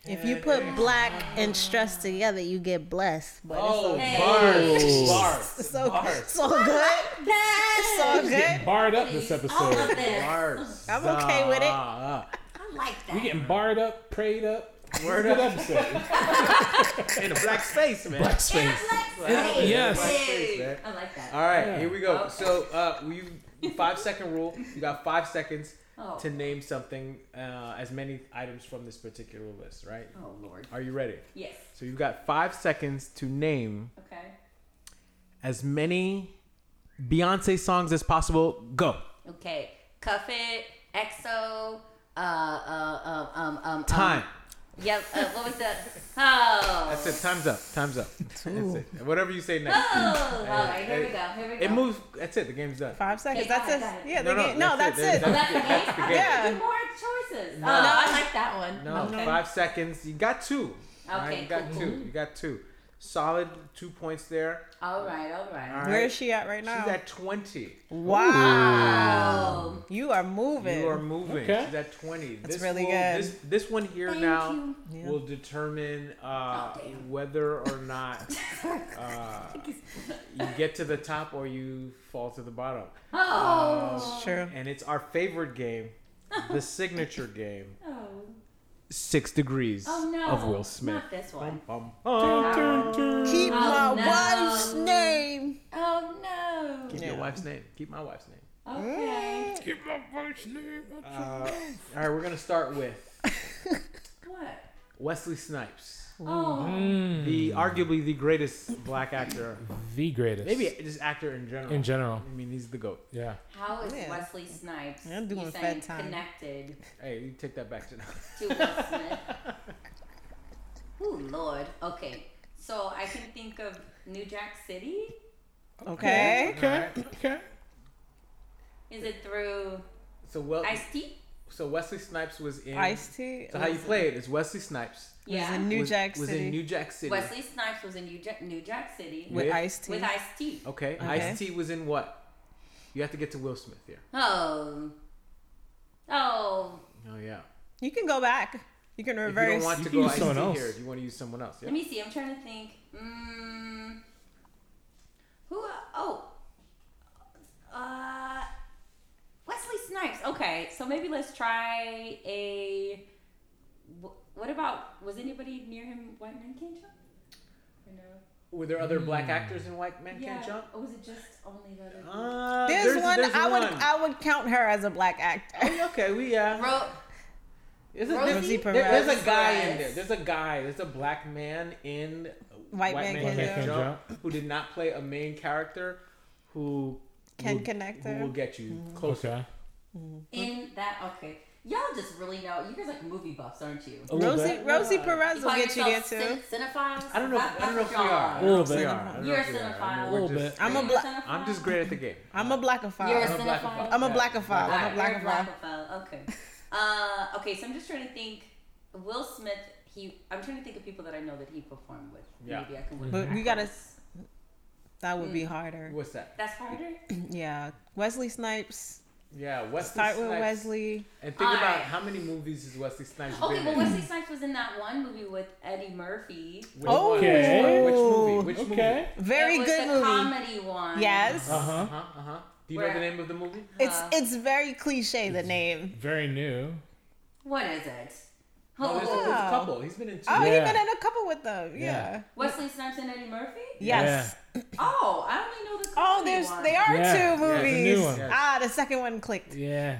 Speaker 3: If you put black and stress together, you get blessed. But
Speaker 1: Oh,
Speaker 4: okay.
Speaker 1: bars,
Speaker 2: Hey.
Speaker 1: bars,
Speaker 3: it's so
Speaker 1: bars,
Speaker 3: so good. It's so good.
Speaker 2: Barred up this
Speaker 4: Please, All of
Speaker 2: episode.
Speaker 4: this.
Speaker 1: bars.
Speaker 3: I'm okay with it.
Speaker 1: Ah, ah.
Speaker 4: I like that.
Speaker 2: We getting barred up, prayed up.
Speaker 1: Word
Speaker 2: Good
Speaker 1: up
Speaker 2: episode.
Speaker 1: in a black space, man.
Speaker 2: Black
Speaker 4: And
Speaker 2: space.
Speaker 4: I like that.
Speaker 2: Yes.
Speaker 1: Yes.
Speaker 4: I like that.
Speaker 1: All right,
Speaker 2: Yeah.
Speaker 1: here we go.
Speaker 4: Okay.
Speaker 1: So, uh, you five second rule. You got five seconds
Speaker 4: Oh.
Speaker 1: to name something, uh, as many items from this particular list, right?
Speaker 4: Oh Lord.
Speaker 1: Are you ready?
Speaker 4: Yes.
Speaker 1: So you've got five seconds to name
Speaker 4: Okay.
Speaker 1: as many Beyonce songs as possible. Go.
Speaker 4: Okay. Cuff it. EXO. Uh. Uh. Um. Um. um
Speaker 1: Time.
Speaker 4: Um, yeah. Uh, what was the? Oh.
Speaker 1: That's it. Time's up. Time's up. That's it. Whatever you say next.
Speaker 4: Oh. All right. Here we go. Here we go.
Speaker 1: It moves. That's it. The game's done.
Speaker 3: Five seconds.
Speaker 4: Okay,
Speaker 3: That's
Speaker 4: got it,
Speaker 3: it.
Speaker 4: got it.
Speaker 3: Yeah,
Speaker 1: No,
Speaker 3: the
Speaker 1: no,
Speaker 3: game. No,
Speaker 1: that's
Speaker 3: that's
Speaker 1: it.
Speaker 3: it.
Speaker 4: Oh, that's the game.
Speaker 1: the
Speaker 4: I
Speaker 1: game.
Speaker 4: thought
Speaker 3: Yeah.
Speaker 4: there'd be more choices. Oh, I like that one.
Speaker 1: No,
Speaker 4: Okay.
Speaker 1: five seconds. You got two. All right,
Speaker 4: Okay,
Speaker 1: you got
Speaker 4: cool,
Speaker 1: two.
Speaker 4: cool.
Speaker 1: You got two. Solid two points there.
Speaker 4: All right. All right.
Speaker 1: All right.
Speaker 3: Where is she at right
Speaker 1: She's
Speaker 3: now?
Speaker 1: at 20.
Speaker 3: wow.
Speaker 4: Oh.
Speaker 3: You are moving.
Speaker 1: You are moving.
Speaker 2: Okay.
Speaker 1: She's at 20. That's
Speaker 3: really
Speaker 1: will,
Speaker 3: good.
Speaker 1: This, this one here
Speaker 4: Thank
Speaker 1: now
Speaker 4: you.
Speaker 3: Yeah.
Speaker 1: will determine uh,
Speaker 4: Oh, damn.
Speaker 1: whether or not uh, you get to the top or you fall to the bottom.
Speaker 4: Oh.
Speaker 3: True.
Speaker 1: And it's our favorite game, the signature game,
Speaker 4: Oh.
Speaker 1: Six Degrees
Speaker 4: Oh no.
Speaker 1: of Will Smith.
Speaker 4: Not this one.
Speaker 1: Bum, bum.
Speaker 3: Keep my
Speaker 4: Oh, no.
Speaker 3: wife's name.
Speaker 4: Oh no.
Speaker 1: Keep
Speaker 3: Yeah.
Speaker 1: your wife's name. Keep my wife's name.
Speaker 4: Okay.
Speaker 1: Uh, all right, we're gonna start with
Speaker 4: What?
Speaker 1: Wesley Snipes, Mm-hmm.
Speaker 4: Oh.
Speaker 1: the
Speaker 2: Hmm.
Speaker 1: arguably the greatest black actor,
Speaker 2: Mm. The greatest.
Speaker 1: maybe just actor in general.
Speaker 2: in general.
Speaker 1: I mean, he's the goat.
Speaker 2: Yeah.
Speaker 4: How is
Speaker 3: Yeah.
Speaker 4: Wesley Snipes?
Speaker 3: I'm doing
Speaker 4: you
Speaker 3: fed
Speaker 4: saying
Speaker 3: time.
Speaker 4: connected
Speaker 1: Hey, you take that back to
Speaker 4: to Will Smith? oh Lord. Okay. So I can think of New Jack City.
Speaker 3: Okay.
Speaker 2: Okay. Okay.
Speaker 4: Is it through
Speaker 1: So well,
Speaker 4: Ice T?
Speaker 1: so Wesley Snipes was in.
Speaker 3: Ice tea.
Speaker 1: So how you play it is Wesley Snipes
Speaker 4: Yeah.
Speaker 3: New
Speaker 1: was,
Speaker 3: Jack
Speaker 1: was
Speaker 3: City.
Speaker 1: in New Jack City.
Speaker 4: Wesley Snipes was in New Jack, New Jack City
Speaker 3: with
Speaker 1: with- Oh.
Speaker 3: iced tea.
Speaker 4: with Ice T.
Speaker 1: Okay,
Speaker 3: Okay.
Speaker 1: Ice T was in what? You have to get to Will Smith here.
Speaker 4: Oh. Oh.
Speaker 1: Oh yeah.
Speaker 3: you can go back. You can
Speaker 1: If you don't
Speaker 3: reverse.
Speaker 1: want
Speaker 2: You
Speaker 1: to
Speaker 2: can
Speaker 1: go
Speaker 2: use
Speaker 1: Ice T
Speaker 2: someone else.
Speaker 1: here, if you want to use someone else, yeah.
Speaker 4: Let me see. I'm trying to think. Mm, who? Oh, uh, Wesley Snipes. Okay, so maybe let's try a. wh- What about? Was anybody near him? White man can't jump. Or no?
Speaker 1: Were there other
Speaker 3: Hmm.
Speaker 1: black actors in White Men
Speaker 4: Yeah.
Speaker 1: Can't Jump?
Speaker 4: Or was it just only the other?
Speaker 1: Uh,
Speaker 3: there's, one
Speaker 1: there's
Speaker 3: I would
Speaker 1: one.
Speaker 3: I would count her as a black actor.
Speaker 1: Okay, we yeah.
Speaker 4: Ro-
Speaker 1: There's a,
Speaker 4: Rosie
Speaker 1: there's,
Speaker 3: Rosie
Speaker 1: there- there's
Speaker 3: Perez.
Speaker 1: a guy in there. There's a guy. There's a black man in
Speaker 3: White Man Can't
Speaker 2: Jump.
Speaker 1: who did not play a main character who
Speaker 3: Can
Speaker 1: will,
Speaker 3: connect
Speaker 1: Who
Speaker 3: her.
Speaker 1: will get you closer?
Speaker 2: Okay.
Speaker 4: in that okay. Y'all just really know. You guys like movie buffs, aren't you?
Speaker 2: A little
Speaker 3: Rosie
Speaker 2: bit.
Speaker 3: Rosie Perez
Speaker 4: You
Speaker 3: will
Speaker 4: call
Speaker 3: get you there
Speaker 4: yourself
Speaker 3: too.
Speaker 4: cin- cinephiles?
Speaker 1: I don't know. If,
Speaker 4: That's
Speaker 1: I don't know
Speaker 4: what
Speaker 1: if we are.
Speaker 4: y'all
Speaker 1: I don't
Speaker 2: Little
Speaker 1: know if we
Speaker 2: bit.
Speaker 1: are. I don't know
Speaker 4: You're
Speaker 1: if we are. I mean,
Speaker 4: a
Speaker 1: we're
Speaker 2: little
Speaker 1: just-
Speaker 2: bit.
Speaker 3: I'm a
Speaker 4: You're
Speaker 3: black.
Speaker 4: cinephile?
Speaker 1: I'm just great at the game.
Speaker 3: I'm a
Speaker 4: You're a
Speaker 3: blackophile.
Speaker 4: cinephile.
Speaker 3: I'm a blackophile.
Speaker 4: Alright,
Speaker 3: I'm a
Speaker 4: you're
Speaker 3: blackophile.
Speaker 4: blackophile. Okay. Uh, okay, so I'm just trying to think. Will Smith. He. I'm trying to think of people that I know that he performed with.
Speaker 1: Yeah.
Speaker 4: Maybe I can. work
Speaker 3: But we gotta.
Speaker 4: backwards.
Speaker 3: That would
Speaker 4: Mm.
Speaker 3: be harder.
Speaker 1: What's that?
Speaker 4: That's harder.
Speaker 3: Yeah, Wesley Snipes.
Speaker 1: Yeah, Wesley
Speaker 3: Start with
Speaker 1: Snipes.
Speaker 3: Wesley.
Speaker 1: And think about
Speaker 4: Alright.
Speaker 1: how many movies is Wesley Snipes
Speaker 4: Okay,
Speaker 1: been
Speaker 4: well,
Speaker 1: in?
Speaker 4: Wesley Snipes was in that one movie with Eddie Murphy.
Speaker 1: Which
Speaker 3: Oh.
Speaker 1: one? Which movie? Which movie?
Speaker 2: Okay.
Speaker 3: Very
Speaker 4: it was
Speaker 3: good
Speaker 4: the
Speaker 3: movie.
Speaker 4: comedy one.
Speaker 3: Yes.
Speaker 2: Uh
Speaker 4: Uh-huh.
Speaker 2: huh.
Speaker 1: Uh huh. Uh huh. Do you know
Speaker 4: Where-
Speaker 1: the name of the movie?
Speaker 3: It's it's very cliche the name.
Speaker 2: Very new.
Speaker 4: What is it?
Speaker 1: Oh, there's, a, there's a
Speaker 3: Yeah.
Speaker 1: couple. He's been in two.
Speaker 3: Oh, he
Speaker 2: Yeah.
Speaker 3: been in a couple with them. Yeah.
Speaker 4: Wesley Snipes and Eddie Murphy?
Speaker 3: Yes.
Speaker 4: Oh, I only know the
Speaker 3: Oh,
Speaker 4: comedy
Speaker 3: there's
Speaker 4: one.
Speaker 3: they are
Speaker 2: Yeah. Yeah,
Speaker 3: two
Speaker 2: the new
Speaker 3: movies.
Speaker 2: one.
Speaker 1: Yes.
Speaker 3: Ah, the second one clicked.
Speaker 2: Yeah. Yeah.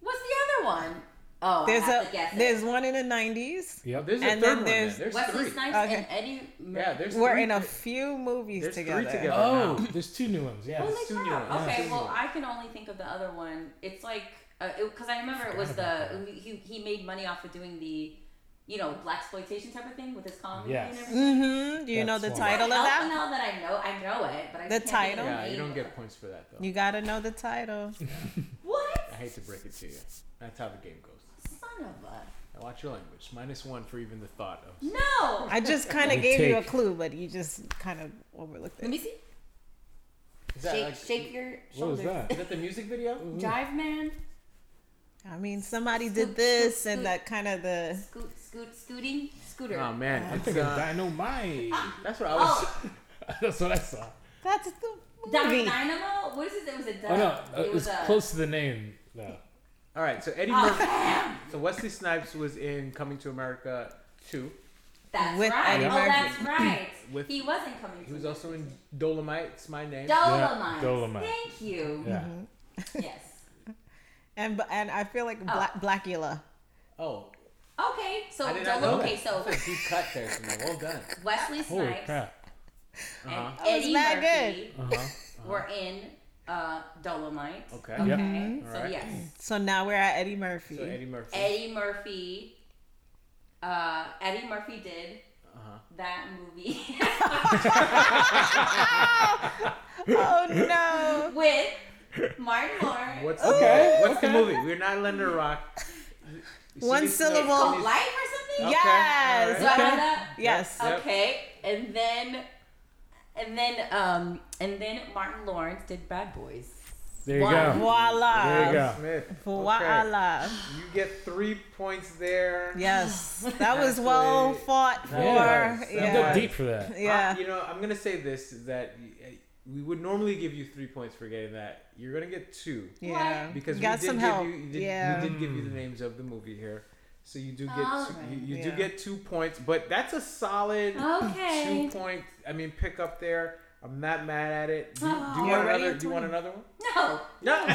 Speaker 4: What's the other one? Oh,
Speaker 3: There's
Speaker 4: I have
Speaker 3: a
Speaker 4: to guess it.
Speaker 3: there's one in the nineties.
Speaker 1: Oh,
Speaker 2: Yep.
Speaker 1: there's a
Speaker 3: And
Speaker 1: third
Speaker 3: then
Speaker 1: one.
Speaker 3: there's-
Speaker 1: then. There's
Speaker 4: Wesley
Speaker 1: three.
Speaker 4: Snipes
Speaker 3: Okay.
Speaker 4: and Eddie Murphy.
Speaker 1: Yeah, there's
Speaker 3: We're
Speaker 1: three.
Speaker 3: in a few movies
Speaker 1: There's three
Speaker 3: together.
Speaker 1: together.
Speaker 2: Oh, there's two new ones. Yeah.
Speaker 4: Holy
Speaker 1: It's two new
Speaker 4: crap.
Speaker 1: ones.
Speaker 4: Oh Okay,
Speaker 1: Yeah.
Speaker 4: well, I can only think of the other one. It's like, because I remember it was
Speaker 2: Forgot
Speaker 4: the, he, he made money off of doing the, you know, black exploitation type of thing with his comedy
Speaker 2: Yes.
Speaker 4: and everything.
Speaker 3: Mm-hmm. Do you know
Speaker 2: That's
Speaker 3: the
Speaker 2: one.
Speaker 3: title of
Speaker 4: Help
Speaker 3: that?
Speaker 4: Now that I know, I know it, but I
Speaker 3: The
Speaker 4: can't think of
Speaker 3: title?
Speaker 4: the
Speaker 1: Yeah, you
Speaker 4: name.
Speaker 1: don't get points for that though.
Speaker 3: You gotta know the title.
Speaker 1: I
Speaker 4: What?
Speaker 1: hate to break it to you. That's how the game goes.
Speaker 4: Son of a.
Speaker 1: Now watch your language. Minus one for even the thought of.
Speaker 4: No!
Speaker 3: I just kind of
Speaker 2: You
Speaker 3: gave you a
Speaker 2: take-
Speaker 3: clue, but you just kind of overlooked
Speaker 4: Let
Speaker 3: it.
Speaker 4: me see.
Speaker 1: Is that
Speaker 4: Shake,
Speaker 1: like,
Speaker 4: shake your
Speaker 2: What was
Speaker 4: shoulders.
Speaker 1: Is
Speaker 2: that?
Speaker 1: that the music video?
Speaker 4: Jive Man,
Speaker 3: I mean, somebody
Speaker 4: Scoop,
Speaker 3: did this
Speaker 4: scoop,
Speaker 3: and that kind of the.
Speaker 4: scoot, scoot, scooting, scooter.
Speaker 1: Oh man,
Speaker 2: I
Speaker 1: it's,
Speaker 2: think of
Speaker 1: uh,
Speaker 2: Dynamite.
Speaker 1: that's what I was.
Speaker 4: Oh,
Speaker 2: That's what I saw.
Speaker 3: That's the
Speaker 4: Di-
Speaker 3: movie.
Speaker 4: Dynamo? What is it? It was a di-
Speaker 2: Oh no, uh,
Speaker 4: It was
Speaker 2: it's
Speaker 4: a.
Speaker 2: close to the name though.
Speaker 1: All right, so Eddie
Speaker 3: Ah.
Speaker 1: Murphy. so Wesley Snipes was in Coming to America two.
Speaker 4: That's
Speaker 3: With
Speaker 4: right.
Speaker 3: Eddie
Speaker 4: oh,
Speaker 3: Murphy.
Speaker 4: that's right.
Speaker 1: With-
Speaker 4: he wasn't coming.
Speaker 1: He was
Speaker 4: to
Speaker 1: also in Dolomite. It's my name.
Speaker 4: Dolomite.
Speaker 2: Yeah, Dolomite.
Speaker 4: Thank you.
Speaker 2: Yeah.
Speaker 4: Yes.
Speaker 3: And bu- and I feel
Speaker 4: Oh.
Speaker 3: like Bla- Blackula.
Speaker 1: oh,
Speaker 4: Okay. So
Speaker 1: I did not know
Speaker 4: Dolo- okay.
Speaker 1: that.
Speaker 4: So
Speaker 1: That's a deep cut there for me. Well done.
Speaker 4: Wesley
Speaker 2: Holy
Speaker 4: Snipes
Speaker 2: crap.
Speaker 4: and
Speaker 1: Uh-huh.
Speaker 3: That was
Speaker 4: Eddie
Speaker 3: mad
Speaker 4: Murphy
Speaker 2: Uh huh.
Speaker 4: were in uh, Dolomite.
Speaker 1: Okay.
Speaker 4: Okay.
Speaker 2: Yep.
Speaker 4: So
Speaker 1: Alright.
Speaker 4: yes,
Speaker 3: So now we're at Eddie Murphy.
Speaker 1: So Eddie Murphy.
Speaker 4: Eddie Murphy. Uh, Eddie Murphy did
Speaker 1: Uh-huh.
Speaker 4: that movie
Speaker 3: Oh no!
Speaker 4: with Martin Lawrence.
Speaker 1: What's
Speaker 2: Okay,
Speaker 1: the movie? What's the
Speaker 2: okay.
Speaker 1: movie? We're not letting her rock. She
Speaker 3: One
Speaker 1: needs to know-
Speaker 3: syllable.
Speaker 1: she
Speaker 4: called
Speaker 1: needs-
Speaker 4: Life or something?
Speaker 1: Okay,
Speaker 3: Yes.
Speaker 1: all
Speaker 4: Do
Speaker 1: right.
Speaker 4: I have that?
Speaker 3: Yes.
Speaker 1: Yep.
Speaker 4: Okay, and then, and then, um, and then Martin Lawrence did Bad Boys.
Speaker 2: There you
Speaker 4: One.
Speaker 2: go.
Speaker 3: Voila.
Speaker 2: There you go.
Speaker 1: Smith. okay.
Speaker 3: Voila.
Speaker 1: You get three points there. Uh,
Speaker 3: Yes, that was well
Speaker 1: Actually,
Speaker 3: fought for.
Speaker 1: that was- that
Speaker 2: You
Speaker 1: Yeah.
Speaker 2: go
Speaker 1: was-
Speaker 3: Yeah.
Speaker 2: deep for that.
Speaker 3: Yeah.
Speaker 1: I- you know, I'm gonna say this is that y- we would normally give you three points for getting that. You're gonna get two
Speaker 3: Yeah.
Speaker 1: because
Speaker 3: got
Speaker 1: we did
Speaker 3: some
Speaker 1: give
Speaker 3: help.
Speaker 1: you. you did,
Speaker 3: yeah. Mm.
Speaker 1: We did give you the names of the movie here, so you do get
Speaker 4: All
Speaker 1: two,
Speaker 4: right.
Speaker 1: you, you do
Speaker 3: Yeah.
Speaker 1: get two points. But that's a solid
Speaker 4: Okay.
Speaker 1: two point. I mean, pick up there. I'm not mad at it. Do, do
Speaker 4: Oh.
Speaker 1: you
Speaker 3: You're
Speaker 1: want
Speaker 3: already
Speaker 1: another?
Speaker 3: at
Speaker 1: Do you want another one?
Speaker 4: No,
Speaker 1: No.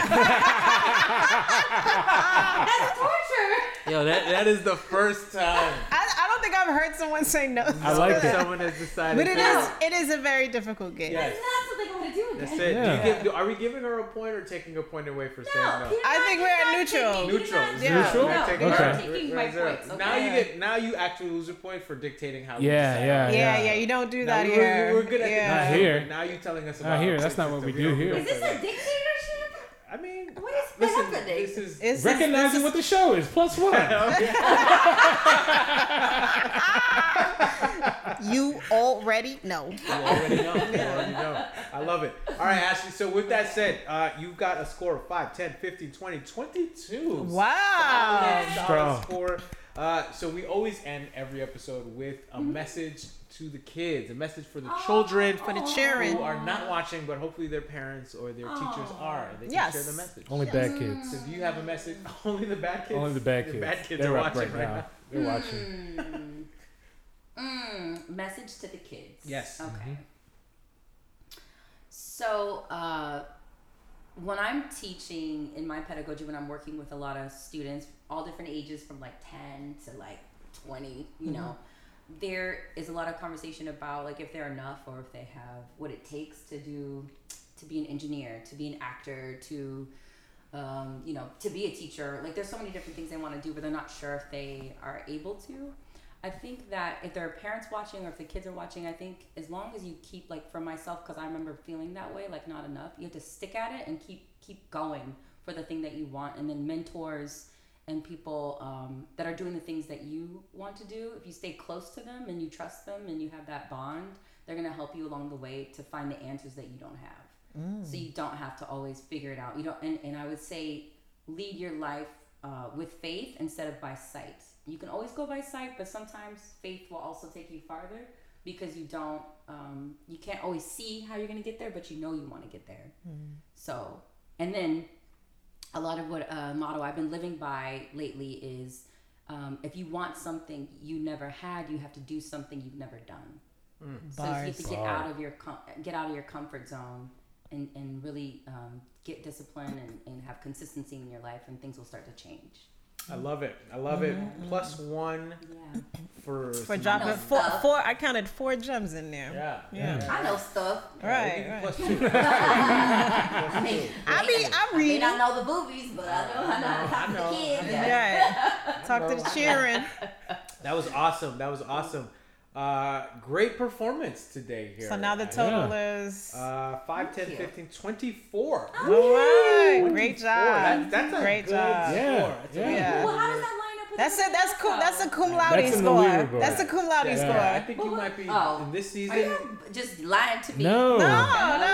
Speaker 4: that's torture.
Speaker 1: Yo, that that is the first time
Speaker 3: I, I don't think I've heard someone say no.
Speaker 2: I like it.
Speaker 1: someone has decided.
Speaker 3: But it
Speaker 1: that-
Speaker 3: is it is a very difficult game.
Speaker 1: Yeah.
Speaker 4: That's not something I want to do again.
Speaker 1: That's it.
Speaker 2: Yeah.
Speaker 1: Do you give, do, are we giving her a point or taking a point away for saying
Speaker 4: No,
Speaker 1: no?
Speaker 4: you're
Speaker 3: I
Speaker 4: not-
Speaker 3: think
Speaker 4: you're
Speaker 3: we're at
Speaker 4: not
Speaker 3: neutral.
Speaker 4: taking-
Speaker 1: Neutral.
Speaker 4: you're not-
Speaker 1: Zero.
Speaker 3: Neutral?
Speaker 1: We're not
Speaker 4: No,
Speaker 1: taking
Speaker 4: you're
Speaker 1: our-
Speaker 4: not
Speaker 1: we're-
Speaker 4: taking
Speaker 1: we're
Speaker 4: my
Speaker 1: zero.
Speaker 4: points.
Speaker 1: Now you
Speaker 4: okay?
Speaker 1: get. Now you actually lose a point for dictating how. we
Speaker 2: Yeah,
Speaker 1: decide.
Speaker 2: yeah,
Speaker 3: Yeah, yeah, you don't do
Speaker 1: Now
Speaker 3: that
Speaker 1: we were,
Speaker 3: here.
Speaker 1: we were good at
Speaker 3: yeah.
Speaker 1: this.
Speaker 2: Not here.
Speaker 1: But Now you telling us
Speaker 2: Not
Speaker 1: about.
Speaker 2: here.
Speaker 1: our
Speaker 2: That's not
Speaker 1: points
Speaker 2: what we
Speaker 1: that
Speaker 2: do
Speaker 1: don't-
Speaker 2: here.
Speaker 4: Is this a dictatorship?
Speaker 1: I mean,
Speaker 4: What is
Speaker 1: listen.
Speaker 4: happening?
Speaker 1: This is.
Speaker 3: It's just-
Speaker 2: Recognizing what the show is. Plus one.
Speaker 3: you already know.
Speaker 1: You already know. You already know. I love it. All right, Ashley. So with that said, uh, you've got a score of 5, 10, 15, 20, 22.
Speaker 3: Wow.
Speaker 1: Solid
Speaker 2: Strong.
Speaker 1: score. Uh, so we always end every episode with a
Speaker 3: Mm-hmm.
Speaker 1: message to the kids, a message for the children
Speaker 3: Oh. For the cheering.
Speaker 1: who are not watching, but hopefully their parents or their teachers are. They can
Speaker 3: Oh. Yes.
Speaker 1: share the message.
Speaker 2: Only bad kids.
Speaker 1: So do you have a message? Only the bad kids.
Speaker 2: Only the bad
Speaker 1: The
Speaker 2: kids.
Speaker 1: bad kids
Speaker 2: They're
Speaker 1: are
Speaker 2: up
Speaker 1: watching
Speaker 2: right
Speaker 1: right now.
Speaker 2: now. They're watching.
Speaker 4: Mm, message to the kids.
Speaker 1: Yes. Mm-hmm.
Speaker 4: Okay. So uh, when I'm teaching in my pedagogy, when I'm working with a lot of students, all different ages from like 10 to like 20, you
Speaker 1: Mm-hmm.
Speaker 4: know, there is a lot of conversation about like if they're enough or if they have what it takes to do, to be an engineer, to be an actor, to um, you know, to be a teacher. Like there's so many different things they want to do, but they're not sure if they are able to. I think that if there are parents watching or if the kids are watching, I think as long as you keep like for myself, because I remember feeling that way, like not enough. You have to stick at it and keep keep going for the thing that you want, and then mentors and people um, that are doing the things that you want to do. If you stay close to them and you trust them and you have that bond, they're gonna help you along the way to find the answers that you don't have. So you don't have to always figure it out. You don't. And, and I would say lead your life uh, with faith instead of by sight. You can always go by sight, but sometimes faith will also take you farther because you don't. Um, you can't always see how you're gonna get there, but you know you want to get there. So and then a lot of what uh, motto I've been living by lately is um, if you want something you never had, you have to do something you've never done.
Speaker 3: Mm.
Speaker 4: So you have to
Speaker 3: Bars.
Speaker 4: get out of your com- get out of your comfort zone and and really um, get discipline and, and have consistency in your life, and things will start to change.
Speaker 1: I love it. I love it. Plus one
Speaker 4: Yeah,
Speaker 1: for
Speaker 3: Mm-hmm. For
Speaker 1: some-
Speaker 3: dropping
Speaker 4: No
Speaker 3: four,
Speaker 4: stuff.
Speaker 3: four, I counted four gems in there.
Speaker 1: Yeah.
Speaker 3: Yeah.
Speaker 4: I know stuff.
Speaker 1: Maybe
Speaker 3: Right, right.
Speaker 1: Plus two.
Speaker 4: I mean,
Speaker 3: I be, I
Speaker 4: may
Speaker 3: read.
Speaker 4: not know the movies, but I know how to talk to
Speaker 1: know.
Speaker 4: the kids.
Speaker 3: Right. Talk to the children.
Speaker 1: That was awesome. That was awesome. Uh, great performance today here.
Speaker 3: So now the total is.
Speaker 1: uh, 5, 10,
Speaker 4: you. Ah.
Speaker 1: 15, 24.
Speaker 3: All right.
Speaker 1: 24.
Speaker 3: Great
Speaker 1: That-
Speaker 3: job.
Speaker 1: that's a
Speaker 3: Great
Speaker 1: good
Speaker 3: job.
Speaker 1: score.
Speaker 2: Yeah,
Speaker 1: That's
Speaker 2: yeah.
Speaker 1: a
Speaker 3: Yeah.
Speaker 4: Well, how does that line up? With
Speaker 3: That's
Speaker 4: the
Speaker 3: it. That's cum, that's a cum laude
Speaker 2: That's in the
Speaker 3: score.
Speaker 2: leaderboard.
Speaker 3: That's a cum laude
Speaker 1: Yeah,
Speaker 3: score.
Speaker 1: I think you
Speaker 4: Well,
Speaker 1: might be
Speaker 4: oh.
Speaker 1: in this
Speaker 4: Are
Speaker 1: season.
Speaker 4: you just lying to me?
Speaker 2: No.
Speaker 3: No, no, no, no.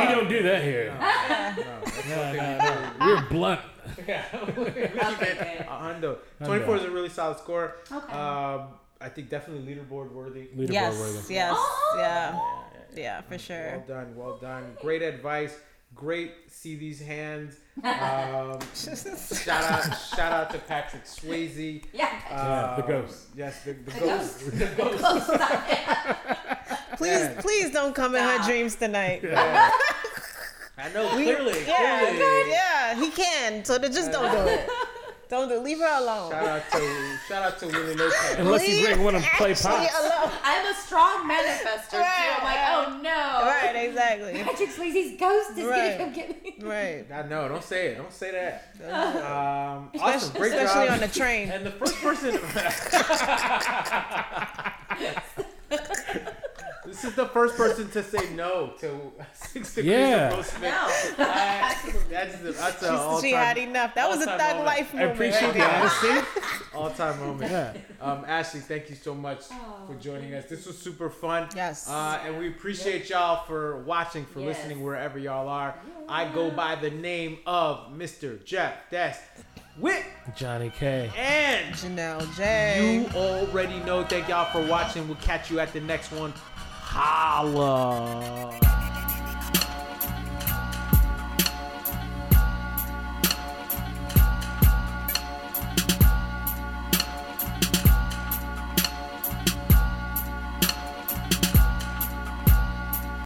Speaker 2: We don't do that here.
Speaker 1: No, that's
Speaker 2: Oh. No,
Speaker 1: something-
Speaker 2: no, no. We're blunt.
Speaker 1: Yeah.
Speaker 4: Okay, okay.
Speaker 1: A hundo. 24 Uh, is a really solid score.
Speaker 4: Okay.
Speaker 3: Uh,
Speaker 1: Um, I think definitely leaderboard worthy.
Speaker 2: Leaderboard
Speaker 3: Yes,
Speaker 2: worthy.
Speaker 3: yes,
Speaker 4: Oh.
Speaker 3: yeah, yeah, for
Speaker 1: Well
Speaker 3: sure.
Speaker 1: done, well done. Great advice. Great. See these hands. Um, shout out, shout out to Patrick Swayze.
Speaker 4: Yeah.
Speaker 2: Yeah, the
Speaker 1: Um,
Speaker 2: ghost.
Speaker 1: Yes, the, the ghost.
Speaker 4: ghost.
Speaker 1: The ghost.
Speaker 3: Please, please don't come in her
Speaker 4: Stop.
Speaker 3: dreams tonight.
Speaker 1: Yeah. I know clearly.
Speaker 3: Yeah,
Speaker 1: clearly.
Speaker 3: yeah, he can. So then just don't do it. Don't do. Leave her alone.
Speaker 1: Shout out to shout out to Willie Lopez.
Speaker 2: Unless you bring one of play
Speaker 3: Actually
Speaker 2: pops.
Speaker 3: alone.
Speaker 4: I'm a strong manifester too. I'm like,
Speaker 3: Right.
Speaker 4: oh no.
Speaker 3: Right, exactly.
Speaker 4: Patrick Swayze's ghost is
Speaker 3: Right.
Speaker 4: gonna come get me.
Speaker 3: Right.
Speaker 1: I know. Don't say it. Don't say that. Um, awesome. Great
Speaker 3: Especially
Speaker 1: job.
Speaker 3: on the train.
Speaker 1: and the first person. this is the first person to say no to six degrees
Speaker 2: Yeah.
Speaker 1: of Will Smith.
Speaker 4: No.
Speaker 1: I- that's the, that's a all
Speaker 3: she
Speaker 1: time
Speaker 3: had enough. That was a
Speaker 1: all-time
Speaker 3: thug
Speaker 1: moment.
Speaker 3: life
Speaker 2: I
Speaker 3: moment.
Speaker 2: appreciate the
Speaker 1: Yeah.
Speaker 2: honesty.
Speaker 1: all time moment.
Speaker 2: Yeah.
Speaker 1: Um, Ashley, thank you so much for joining us. This was super fun.
Speaker 3: Yes.
Speaker 1: Uh, and we appreciate y'all for watching, for
Speaker 4: Yes.
Speaker 1: listening, wherever y'all are. I go by the name of Mr. Jeff That's Whit
Speaker 2: Johnny K.
Speaker 1: and
Speaker 3: Janelle J.
Speaker 1: you already know. Thank y'all for watching. We'll catch you at the next one. Holla.